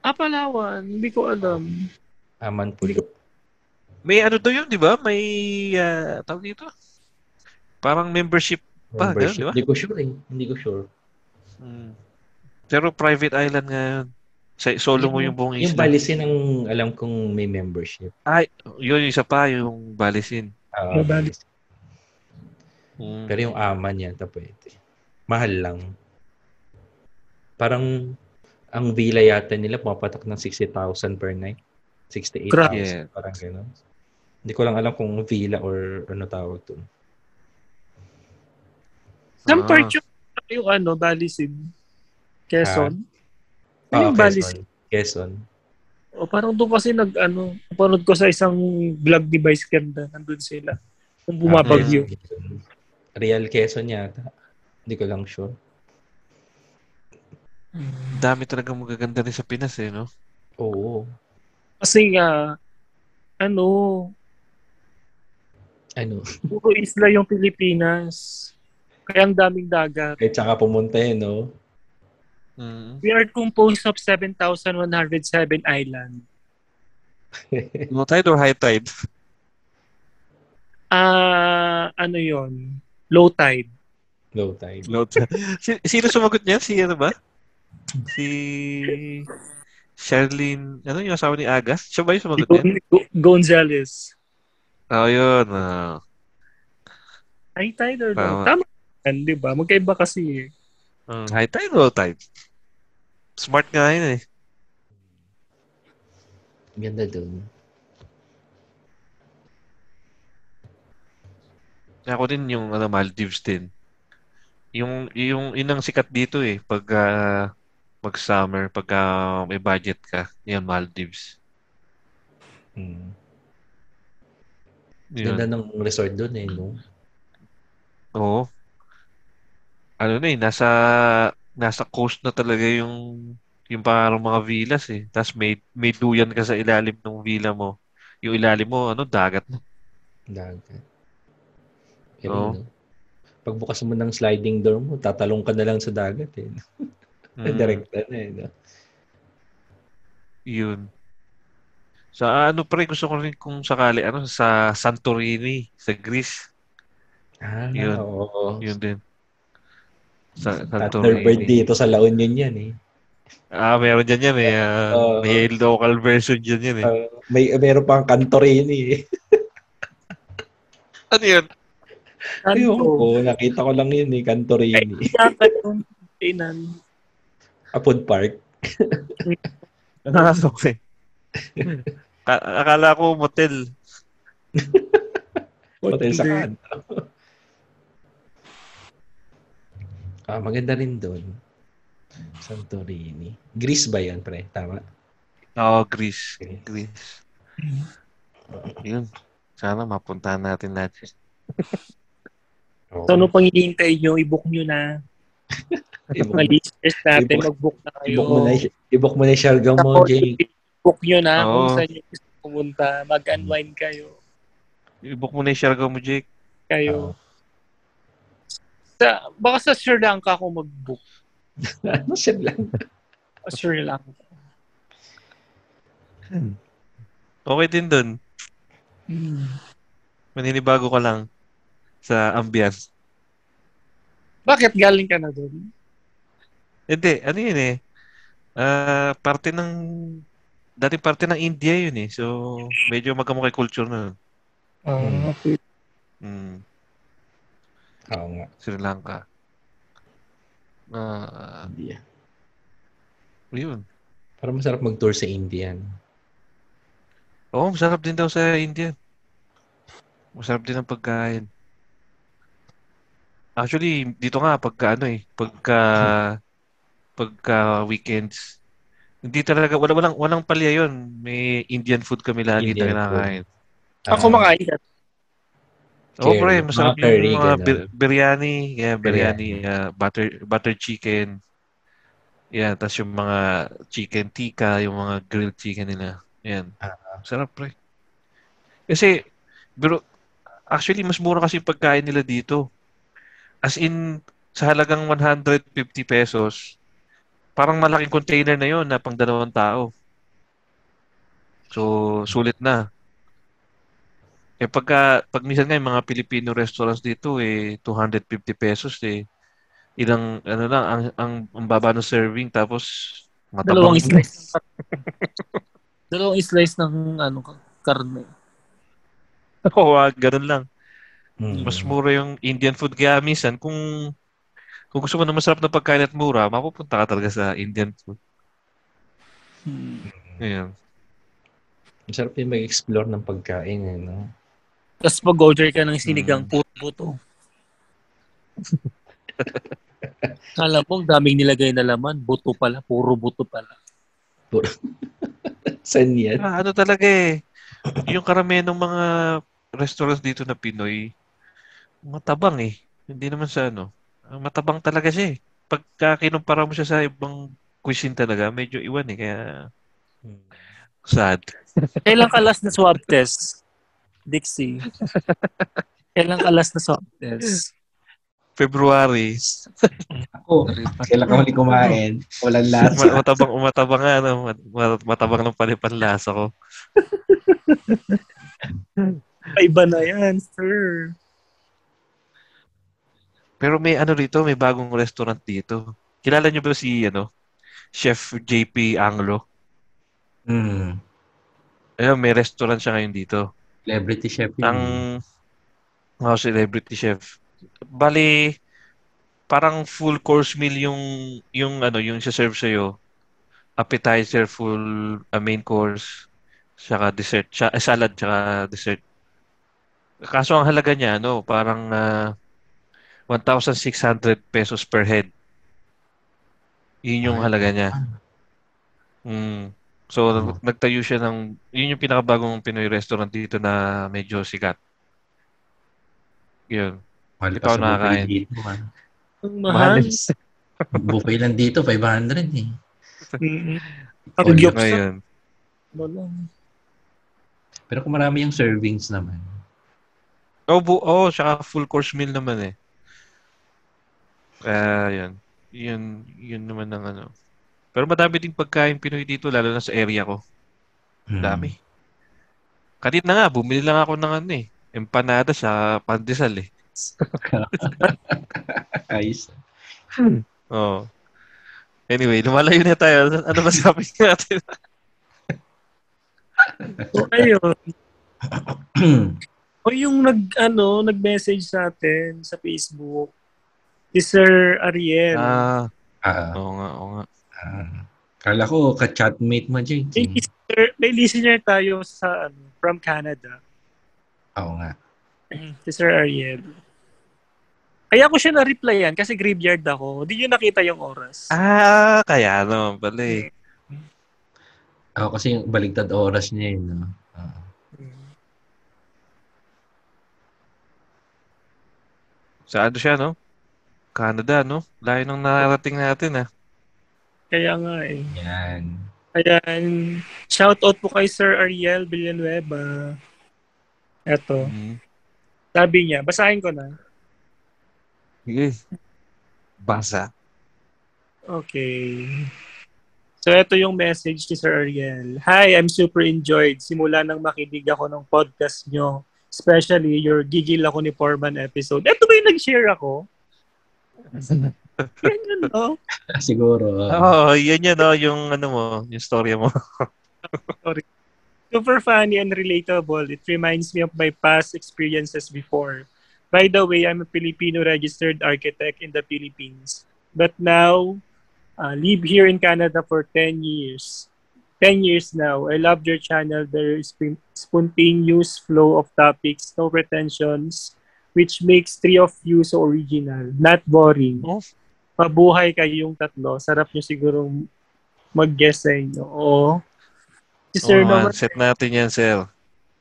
[SPEAKER 1] Ah, Palawan. Hindi ko alam.
[SPEAKER 3] Aman Pulo.
[SPEAKER 2] May ano daw yun, di ba? May, ah, tawag dito? Parang membership. Pa, ganun, di ba?
[SPEAKER 3] Membership. Hindi ko sure eh. Hindi ko sure.
[SPEAKER 2] Pero private island nga yun. Sa, solo mo yung buong
[SPEAKER 3] Yung
[SPEAKER 2] isla.
[SPEAKER 3] Balisin ang alam kong may membership.
[SPEAKER 2] Ay, yun yung isa pa, yung Balisin.
[SPEAKER 1] May
[SPEAKER 3] Ah,
[SPEAKER 1] Balisin.
[SPEAKER 2] Mm.
[SPEAKER 3] Pero yung aman yata pwede. eh. Mahal lang. Parang ang villa yata nila pumapatak ng 60,000 per night. 68,000
[SPEAKER 1] Grabe.
[SPEAKER 3] parang gano'n. Hindi ko lang alam kung villa or ano tawag to.
[SPEAKER 1] Saan
[SPEAKER 2] Ah.
[SPEAKER 1] part yung, yung ano, Balisin? Quezon? Ano
[SPEAKER 3] Ah,
[SPEAKER 1] yung Balisin?
[SPEAKER 3] Quezon.
[SPEAKER 1] O parang doon kasi nag ano, panood ko sa isang vlog ni Vice Ganda, nandun sila. Nung bumabagyo.
[SPEAKER 3] Quezon. Real Quezon yata. Hindi ko lang sure.
[SPEAKER 2] Dami talaga magaganda rin sa Pinas eh, no?
[SPEAKER 3] Oo.
[SPEAKER 1] Kasi nga, ano,
[SPEAKER 3] Ano?
[SPEAKER 1] puro isla yung Pilipinas. Kaya ang daming dagat.
[SPEAKER 3] Kahit saka pumunta eh, no?
[SPEAKER 2] Mm.
[SPEAKER 1] We are composed of 7,107 island.
[SPEAKER 2] Low tide or high tide?
[SPEAKER 1] Ah, ano yon Low tide.
[SPEAKER 3] Low time.
[SPEAKER 2] Low tide. si, sino sumagot niya? Si ano ba? Si... Charlene, ano yung asawa ni Agas? Siya ba yung
[SPEAKER 1] Si
[SPEAKER 2] sumagot niya?
[SPEAKER 1] Gon- Go- Gonzales.
[SPEAKER 2] Oo, yun. ah.
[SPEAKER 1] High tide or low?
[SPEAKER 2] Tama.
[SPEAKER 3] Ah.
[SPEAKER 1] Tama. yan, Di ba? Magkaiba kasi. eh.
[SPEAKER 2] Mm, high tide, low tide. Smart nga yun eh.
[SPEAKER 3] Ganda dun.
[SPEAKER 2] Ako din yung ano, Maldives din. Yung, yung inang sikat dito eh. Pag ah, pag summer, pag ah, may budget ka, yan Maldives.
[SPEAKER 3] Mm.
[SPEAKER 2] Yun.
[SPEAKER 3] Ganda ng resort dun eh, no?
[SPEAKER 2] Oo. Ano na eh, nasa, nasa coast na talaga yung, yung parang mga villas eh. Tapos may, may duyan ka sa ilalim ng villa mo. Yung ilalim mo, ano, dagat na.
[SPEAKER 3] Dagat.
[SPEAKER 2] Oo.
[SPEAKER 3] Pero, no? pagbukas mo ng sliding door mo, tatalong ka na lang sa dagat eh.
[SPEAKER 2] Mm.
[SPEAKER 3] Direkta na eh. No?
[SPEAKER 2] Yun. Sa ano pre, gusto ko rin kung sakali, ano, sa Santorini, sa Greece.
[SPEAKER 3] Ah,
[SPEAKER 2] Yun.
[SPEAKER 3] oo.
[SPEAKER 2] Yun din. Sa
[SPEAKER 3] Thunderbird
[SPEAKER 2] Santorini.
[SPEAKER 3] dito sa La Union yan eh.
[SPEAKER 2] Ah, meron dyan yan eh. ah,
[SPEAKER 3] Oo.
[SPEAKER 2] may local version dyan yan eh.
[SPEAKER 3] Ah, may meron pang Cantorini eh.
[SPEAKER 2] Ano yun?
[SPEAKER 3] Ayun
[SPEAKER 1] Kanto.
[SPEAKER 3] po, nakita ko lang yun eh, Cantorini.
[SPEAKER 1] Dagat yung tinan.
[SPEAKER 3] A food park.
[SPEAKER 2] Nakasok eh. Ka- Akala ko motel.
[SPEAKER 3] Hotel sa
[SPEAKER 1] Hindi.
[SPEAKER 3] kanto. ah, maganda rin doon. Santorini. Greece ba yan, pre? Tama?
[SPEAKER 2] Oo, Greece.
[SPEAKER 3] Greece.
[SPEAKER 2] Greece. Yun. Sana mapuntahan natin natin.
[SPEAKER 3] Oo.
[SPEAKER 1] So, ano pang hinihintay nyo? I-book nyo na.
[SPEAKER 3] Ibok,
[SPEAKER 1] Mga listeners natin,
[SPEAKER 3] I-book-
[SPEAKER 1] mag-book na kayo.
[SPEAKER 3] ibok mo na, ibok mo na yung Siargao mo,
[SPEAKER 1] Tapos,
[SPEAKER 3] Jay.
[SPEAKER 1] I-book nyo na
[SPEAKER 2] Oo.
[SPEAKER 1] kung saan nyo gusto pumunta. Mag-unwind kayo.
[SPEAKER 2] I-book mo na yung Siargao mo, Jake.
[SPEAKER 1] Kayo. Sa, baka sa Sri Lanka ako mag-book.
[SPEAKER 3] ano siya lang?
[SPEAKER 1] Sa Sri Lanka.
[SPEAKER 2] Okay din dun. Maninibago ka lang sa ambience.
[SPEAKER 1] Bakit galing ka na doon?
[SPEAKER 2] Hindi, ano yun eh. Ah, parte ng dati parte ng India yun eh. So, medyo magkamukha yung culture na. nun.
[SPEAKER 3] Ah,
[SPEAKER 1] okay.
[SPEAKER 2] Mm,
[SPEAKER 3] Oo nga.
[SPEAKER 2] Sri Lanka. Ah,
[SPEAKER 3] India.
[SPEAKER 2] yun.
[SPEAKER 3] Parang masarap mag-tour sa India. no?
[SPEAKER 2] Oo, masarap din daw sa India. Masarap din ang pagkain. Actually, dito nga pagka ano eh, pagka pagka weekends. Hindi talaga wala walang walang palya 'yon. May Indian food kami lagi
[SPEAKER 3] Indian
[SPEAKER 2] na kinakain.
[SPEAKER 5] Ah,
[SPEAKER 1] Ako makain ka.
[SPEAKER 2] Oo,
[SPEAKER 5] Curry.
[SPEAKER 2] pre, masarap
[SPEAKER 5] Mga curry,
[SPEAKER 2] yung mga
[SPEAKER 5] ganun.
[SPEAKER 2] bir- biryani, yeah, biryani, yeah, butter butter chicken. Yeah, tapos yung mga chicken tikka, yung mga grilled chicken nila. Yan. Sarap, pre. Kasi, bro, actually, mas mura kasi yung pagkain nila dito. As in, sa halagang 150 pesos, parang malaking container na yon na pang dalawang tao. So, sulit na. Eh pagka pag minsan nga yung mga Filipino restaurants dito eh 250 pesos eh ilang ano lang ang ang, ang baba ng serving tapos
[SPEAKER 1] Dalawang
[SPEAKER 2] matabang
[SPEAKER 1] slice. Dalawang slice ng ano karne.
[SPEAKER 2] Oo, ah, ganun lang.
[SPEAKER 5] Mm.
[SPEAKER 3] hmm.
[SPEAKER 2] Mas mura yung Indian food kaya minsan kung kung gusto mo ng masarap na pagkain at mura, mapupunta ka talaga sa Indian food.
[SPEAKER 1] Hmm.
[SPEAKER 2] Ayan.
[SPEAKER 5] Masarap din mag-explore ng pagkain, eh, no?
[SPEAKER 1] Tapos pag-order ka ng sinigang puto. Alam mo, ang daming nilagay na laman. Buto pala. Puro buto pala.
[SPEAKER 5] Saan yan?
[SPEAKER 2] Ah, ano talaga eh. Yung karamihan ng mga restaurants dito na Pinoy, matabang eh. Hindi naman sa ano. Ah, Matabang talaga siya eh. Pagka kinumpara mo siya sa ibang cuisine talaga, medyo iwan eh. Kaya sad.
[SPEAKER 1] Kailan ka last na swab test? Dixie. Kailan ka last na swab test?
[SPEAKER 2] February,
[SPEAKER 3] Ako, kailan ka huli kumain? Walang lasa.
[SPEAKER 2] ma- matabang umatabang nga. Ano, mat- mat- matabang ng panipanlasa ko.
[SPEAKER 1] Iba na yan, sir.
[SPEAKER 2] Pero may ano rito, may bagong restaurant dito. Kilala niyo ba si ano, Chef JP Anglo?
[SPEAKER 3] Mm.
[SPEAKER 2] Ayun, may restaurant siya ngayon dito.
[SPEAKER 3] Celebrity chef yun.
[SPEAKER 2] ang mga celebrity chef. Bali, parang full course meal yung yung ano yung serve sa Appetizer, full uh, main course, saka dessert, siya, eh, salad saka dessert. Kaso ang halaga niya ano, parang ah, 1,600 pesos per head. Yun yung halaga niya. Mm. So, nag- nagtayo siya ng... Yun yung pinakabagong Pinoy restaurant dito na medyo sikat. Yun.
[SPEAKER 3] Mahal
[SPEAKER 2] Hindi pa ako
[SPEAKER 3] sa buffet
[SPEAKER 2] nakakain.
[SPEAKER 3] Dito, ah.
[SPEAKER 1] Ang mahal.
[SPEAKER 3] Buffet lang dito, 500 eh.
[SPEAKER 1] Mm-mm.
[SPEAKER 2] Oh,
[SPEAKER 1] Ang
[SPEAKER 2] yun
[SPEAKER 1] gyokes
[SPEAKER 2] nga
[SPEAKER 1] na.
[SPEAKER 2] yun.
[SPEAKER 1] Ano lang.
[SPEAKER 3] Pero kung marami yung servings naman.
[SPEAKER 2] Oh, bu- oh, saka full course meal naman eh. Kaya yun. Yun, yun naman ang ano. Pero madami ding pagkain Pinoy dito, lalo na sa area ko.
[SPEAKER 3] Mm.
[SPEAKER 2] Dami. Kanina nga, bumili lang ako ng ano eh. Empanada sa pandesal eh.
[SPEAKER 5] Ayos.
[SPEAKER 2] Oo. Anyway, lumalayo na tayo. Ano ano ba sabi natin?
[SPEAKER 1] So, ayun. O yung nag, ano, nag-message sa atin sa Facebook, si Sir Ariel.
[SPEAKER 2] Ah,
[SPEAKER 3] Ah,
[SPEAKER 2] oo nga, oo nga.
[SPEAKER 3] ah. Kala ko, ka-chatmate mo, JT.
[SPEAKER 1] may, listener, may listener tayo sa, ano, from Canada,
[SPEAKER 3] Oo nga.
[SPEAKER 1] si Sir Ariel. Kaya ko siya na-replyan kasi graveyard ako. Hindi nyo nakita yung oras.
[SPEAKER 2] Ah, kaya
[SPEAKER 1] Eh.
[SPEAKER 2] ano, bali.
[SPEAKER 3] Ako kasi yung baligtad oras niya yun. No? Ah.
[SPEAKER 2] Sa ano siya, no? Canada, no? Layo nang narating natin, ah.
[SPEAKER 1] Kaya nga eh.
[SPEAKER 3] Yan.
[SPEAKER 1] Ayan. Shout out po kay Sir Ariel Villanueva. Eto.
[SPEAKER 2] Mhm.
[SPEAKER 1] Sabi niya, basahin ko na.
[SPEAKER 2] Sige. Basa.
[SPEAKER 1] Okay. So, ito yung message ni Sir Ariel. Hi, I'm super enjoyed. Simula nang makinig ako ng podcast nyo. Especially, your gigil ako ni Foreman episode. Ito ba yung nag-share ako? Yan yun, no?
[SPEAKER 3] Siguro. ah.
[SPEAKER 2] Oo, oh, yun yun, no? Yung ano mo, yung storya mo.
[SPEAKER 1] Super funny and relatable. It reminds me of my past experiences before. By the way, I'm a Filipino registered architect in the Philippines, but now uh, live here in Canada for 10 years. 10 years now. I love your channel. There is spon- spontaneous flow of topics, no pretensions, which makes three of you so original. Not boring.
[SPEAKER 2] Oh.
[SPEAKER 1] Pabuhay kayong tatlo. Sarap nyo siguro mag-guess sa inyo. Oo. Si Sir
[SPEAKER 2] Oo,
[SPEAKER 1] naman,
[SPEAKER 2] man, set natin yan, sir.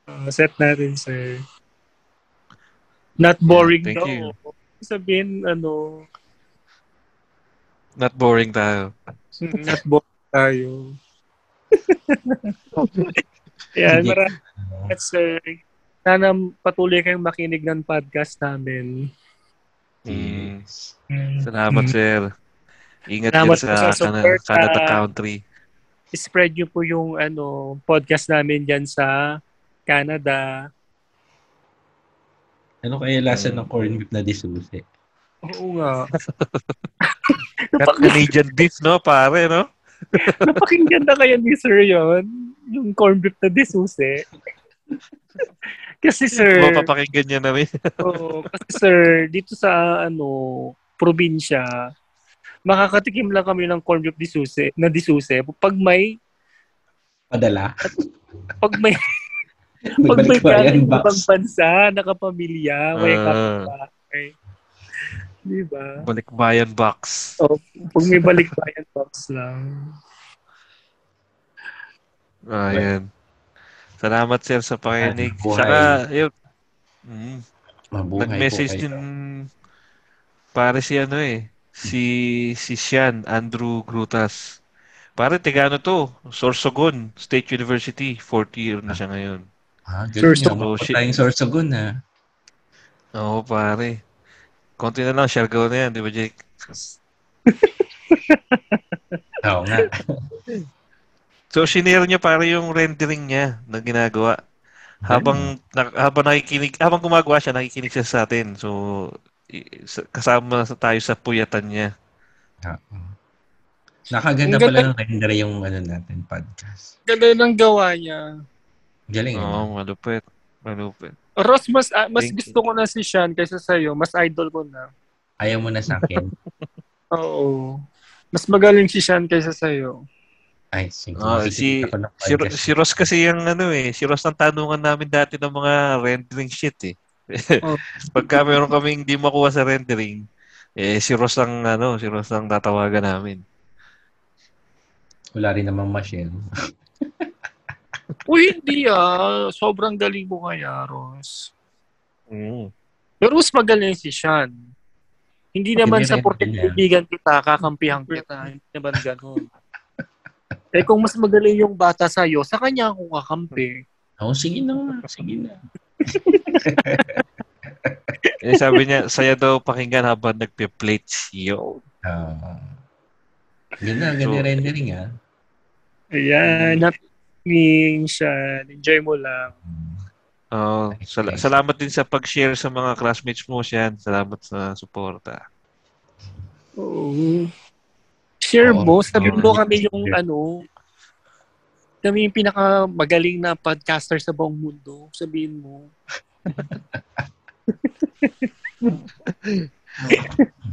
[SPEAKER 1] Ah, set natin, sir. Not boring
[SPEAKER 2] thank
[SPEAKER 1] daw.
[SPEAKER 2] you.
[SPEAKER 1] Sabihin, ano,
[SPEAKER 2] Not boring tayo.
[SPEAKER 1] not boring tayo. Yan,
[SPEAKER 5] Hindi.
[SPEAKER 1] maraming salamat, sir. Sana patuloy kayong makinig ng podcast namin.
[SPEAKER 2] Mm.
[SPEAKER 5] Yes.
[SPEAKER 2] Salamat, sir. Ingat
[SPEAKER 1] Mm-hmm. Salamat po sa
[SPEAKER 2] Salamat sa, sa
[SPEAKER 1] support, ah.
[SPEAKER 2] Canada Country.
[SPEAKER 1] Mm. spread nyo po yung ano podcast namin dyan sa Canada.
[SPEAKER 5] Ano kaya lasa
[SPEAKER 2] Hmm.
[SPEAKER 5] ng corned beef na disuse?
[SPEAKER 1] Oo nga.
[SPEAKER 2] Kat Canadian beef, no, pare, no?
[SPEAKER 1] Napakinggan na kaya ni Sir yon yung corned beef na disuse. kasi sir,
[SPEAKER 2] Mapapakinggan niya na rin.
[SPEAKER 1] oo, kasi sir, dito sa ano probinsya, makakatikim lang kami ng corned beef disuse, na disuse. Pag may,
[SPEAKER 5] Padala.
[SPEAKER 1] pag may, pag may
[SPEAKER 5] Magbalik pa
[SPEAKER 1] galing
[SPEAKER 5] yan,
[SPEAKER 1] ibang
[SPEAKER 5] box.
[SPEAKER 1] bansa, nakapamilya, may kapatid.
[SPEAKER 2] Ah,
[SPEAKER 1] Di ba?
[SPEAKER 2] balikbayan box.
[SPEAKER 1] Pag may balikbayan box lang.
[SPEAKER 2] Ayan. Salamat sir sa pakinig.
[SPEAKER 5] Ay, buhay.
[SPEAKER 2] Saka, yun, mm,
[SPEAKER 5] Mabuhay
[SPEAKER 2] nag-message
[SPEAKER 5] po kayo.
[SPEAKER 2] din pare si ano eh, si si Sean Andrew Grutas. Pare, Tigano to, Sorsogon State University, 40 year na siya ngayon.
[SPEAKER 5] Ah, good
[SPEAKER 1] Source
[SPEAKER 5] Source
[SPEAKER 2] of-
[SPEAKER 5] of tayong source of gun,
[SPEAKER 3] ah.
[SPEAKER 5] ha?
[SPEAKER 2] Oo, pare. Konti na lang, share ko na yan, di ba Jake?
[SPEAKER 5] Oo nga.
[SPEAKER 2] So, shinare niya pare yung rendering niya na ginagawa. Habang na, habang nakikinig, habang gumagawa siya, nakikinig siya sa atin. So, i- sa- kasama sa- tayo sa puyatan niya.
[SPEAKER 5] Nakaganda
[SPEAKER 1] Ang ganda-
[SPEAKER 5] pala ng render yung ano natin, podcast.
[SPEAKER 1] Ganda ng gawa niya.
[SPEAKER 5] Galing.
[SPEAKER 2] Oo,
[SPEAKER 5] ano?
[SPEAKER 2] malupit. Malupit.
[SPEAKER 1] Ross, mas, ah, mas
[SPEAKER 2] Thank
[SPEAKER 1] gusto ko na si Sean kaysa sa'yo. Mas idol ko na.
[SPEAKER 5] Ayaw mo na sa akin.
[SPEAKER 1] Oo. Mas magaling si Sean kaysa sa'yo.
[SPEAKER 5] Ay, sige.
[SPEAKER 2] Ah, si-
[SPEAKER 5] Sisita ko ng
[SPEAKER 2] Si, Ro-
[SPEAKER 5] podcast.
[SPEAKER 2] si Ross kasi yung ano eh, si Ross ang tanungan namin dati ng mga rendering shit eh.
[SPEAKER 1] Oh.
[SPEAKER 2] Pagka meron kaming hindi makuha sa rendering, eh si Ross ang ano, si Ross ang tatawagan namin.
[SPEAKER 5] Wala rin namang machine.
[SPEAKER 1] Uy, hindi ah. Sobrang galing mo kaya, Ross.
[SPEAKER 2] Mm.
[SPEAKER 1] Pero mas magaling si Sean. Hindi naman
[SPEAKER 5] Hindi
[SPEAKER 1] sa
[SPEAKER 5] rin,
[SPEAKER 1] porket
[SPEAKER 5] hindi.
[SPEAKER 1] kaibigan kita, kakampihan kita. Hindi naman ganun. eh kung mas magaling yung bata sa'yo, sa kanya akong kakampi.
[SPEAKER 5] Oo, Oh, sige na nga. Sige na.
[SPEAKER 2] Eh sabi niya, saya daw pakinggan habang nagpe-plates. Yo.
[SPEAKER 5] Ah. ganda, ganda
[SPEAKER 2] So-
[SPEAKER 5] rendering, ah. ha?
[SPEAKER 1] Ayan. Napiling Sean. Enjoy mo lang.
[SPEAKER 2] Oh, sal- salamat din sa pag-share sa mga classmates mo siyan. Salamat sa suporta.
[SPEAKER 1] Oo. Share
[SPEAKER 5] Oo.
[SPEAKER 1] mo, sabi mo
[SPEAKER 5] Oo.
[SPEAKER 1] kami yung
[SPEAKER 5] Share.
[SPEAKER 1] ano, kami yung pinakamagaling na podcaster sa buong mundo. Sabihin mo.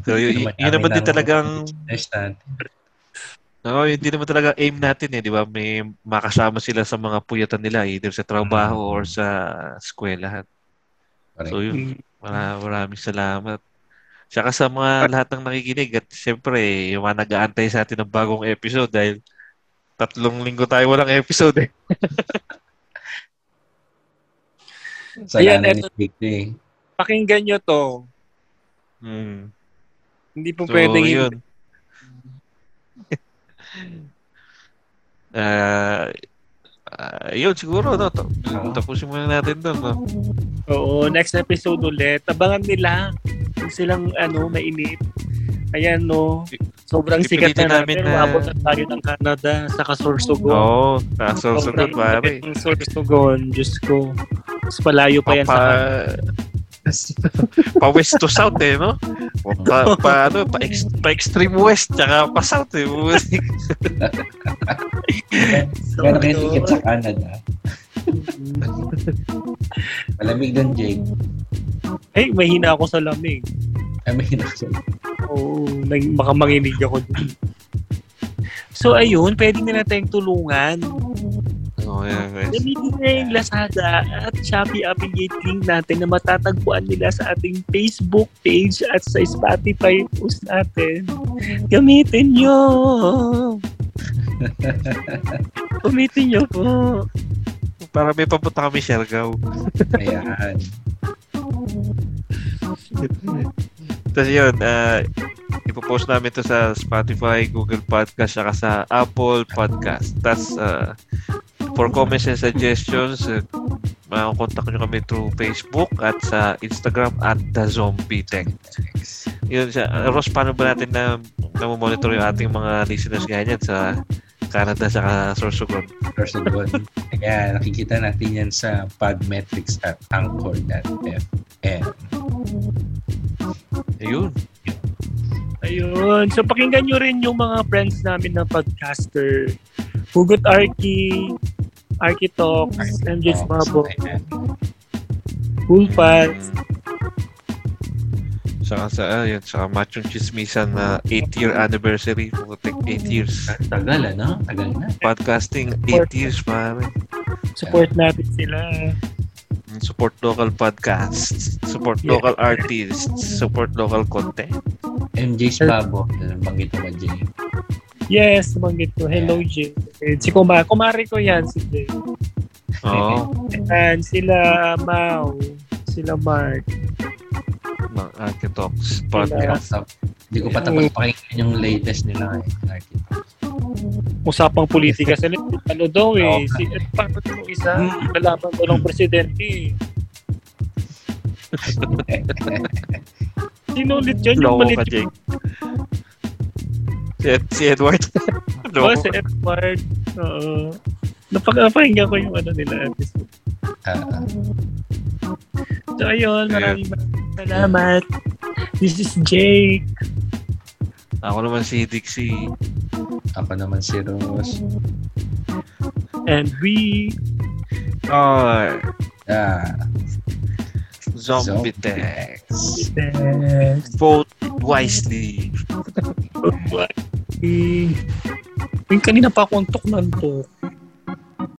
[SPEAKER 2] So, y-
[SPEAKER 5] Naman,
[SPEAKER 2] yun naman din
[SPEAKER 5] namin
[SPEAKER 2] talagang
[SPEAKER 5] Test natin.
[SPEAKER 2] No, hindi naman talaga aim natin eh, di ba? May makasama sila sa mga puyatan nila, either sa
[SPEAKER 5] Mm.
[SPEAKER 2] trabaho or sa eskwelahan.
[SPEAKER 5] Correct.
[SPEAKER 2] So
[SPEAKER 1] Mm.
[SPEAKER 2] yun, mara- maraming salamat. Tsaka sa mga lahat ng nakikinig at syempre, yung mga nag-aantay sa atin ng bagong episode dahil tatlong linggo tayo walang episode eh.
[SPEAKER 5] Salamat
[SPEAKER 1] Ayan,
[SPEAKER 5] ni
[SPEAKER 1] eto.
[SPEAKER 5] Jake to, eh.
[SPEAKER 1] Pakinggan nyo to.
[SPEAKER 2] Mm.
[SPEAKER 1] Hindi po
[SPEAKER 2] So,
[SPEAKER 1] pwedeng hindi.
[SPEAKER 2] yun. Ah, ah, yun siguro no. Ta- Tapusin muna natin 'to, no.
[SPEAKER 1] Oo, next episode ulit. Tabangan nila. Huwag silang ano, mainip. Ayan no. Sobrang sikat
[SPEAKER 2] Pipilitin
[SPEAKER 1] na
[SPEAKER 2] namin
[SPEAKER 1] namin.
[SPEAKER 2] na-
[SPEAKER 1] Umabot na tayo ng Canada sa Kasursugon.
[SPEAKER 2] Oo, kaso sagot pare.
[SPEAKER 1] Kasursugon, Diyos ko. Mas palayo pa yan sa
[SPEAKER 2] pa pa west to south eh, no? Pa, pa ano, pa, ex, pa extreme west, tsaka pa south eh.
[SPEAKER 5] Meron kayo ticket sa Canada.
[SPEAKER 1] Mm.
[SPEAKER 5] Malamig doon, Jake.
[SPEAKER 1] Ay, mahina ako sa lamig.
[SPEAKER 5] Ay, may hinaksan.
[SPEAKER 1] Oo, nag, baka manginig ako dun. So, ayun, pwede nila tayong tulungan.
[SPEAKER 2] Oo, Oh, yeah, guys.
[SPEAKER 1] Gamitin nila yung Lazada at Shopee affiliate link natin na matatagpuan nila sa ating Facebook page at sa Spotify post natin. Gamitin nyo! Gamitin nyo po!
[SPEAKER 2] Para may papunta kami Siargao.
[SPEAKER 3] Ayan.
[SPEAKER 2] Tapos yun, ah, ipopost namin to sa Spotify, Google Podcast, saka sa Apple Podcast. Tapos, ah, for comments and suggestions, uh, makakontak nyo kami through Facebook at sa Instagram at The Zombie Tech. Yun siya. Ah, Ross, paano ba natin na namomonitor yung ating mga listeners ganyan sa Canada saka Sorsogon?
[SPEAKER 3] First of all, ayan, nakikita natin yan sa Podmetrics at Anchor.fm.
[SPEAKER 2] Ayun.
[SPEAKER 1] Ayun. So, pakinggan nyo rin yung mga friends namin na podcaster. Hugot Arki, Arki Talks, and this Mabo,
[SPEAKER 3] Oh, Ayan.
[SPEAKER 1] Cool Pals.
[SPEAKER 2] Saka sa, ah, yun, saka Machong Chismisan na 8-year anniversary. Putik 8 years.
[SPEAKER 3] Tagal, ano? Tagal na.
[SPEAKER 2] Podcasting 8 years, pare. Mm,
[SPEAKER 1] Support natin sila.
[SPEAKER 2] Support local podcasts. Support
[SPEAKER 1] Yeah.
[SPEAKER 2] local artists. Support local content.
[SPEAKER 3] MJ's Pabo. Banggit ko ba, Jay?
[SPEAKER 1] Yes, banggit ko. Hello, Jay. And Si Kuma. Kumari ko yan, si Jay.
[SPEAKER 2] Oo.
[SPEAKER 1] And sila Mau. Sila Mark.
[SPEAKER 2] Mga Arke Talks podcast.
[SPEAKER 3] What's up? Hindi ko pa tapos pakinggan yung latest nila. Eh. Nakikita ko.
[SPEAKER 1] Usapang politika sila. Ano daw eh. Si, at pangat mo isa. Lalaban ko ng presidente eh. Sino ulit yun? Yung
[SPEAKER 2] Loko
[SPEAKER 1] malit
[SPEAKER 2] ka, Jake. Si, Ed- si Edward.
[SPEAKER 1] Oh,
[SPEAKER 2] Loko
[SPEAKER 1] si
[SPEAKER 2] ka.
[SPEAKER 1] Edward. Oo. Napakapahinggan ko yung ano nila episode.
[SPEAKER 3] Ah, ah.
[SPEAKER 1] So, ayun. Maraming maraming salamat. This is Jake.
[SPEAKER 2] Ako naman si Dixie.
[SPEAKER 3] ako naman si Rose.
[SPEAKER 1] And we
[SPEAKER 2] Or
[SPEAKER 3] Ah,
[SPEAKER 2] Zombie
[SPEAKER 3] Zombie
[SPEAKER 2] Tech.
[SPEAKER 1] test.
[SPEAKER 2] Vote wisely.
[SPEAKER 1] Yung kanina pa akong tok ng tok.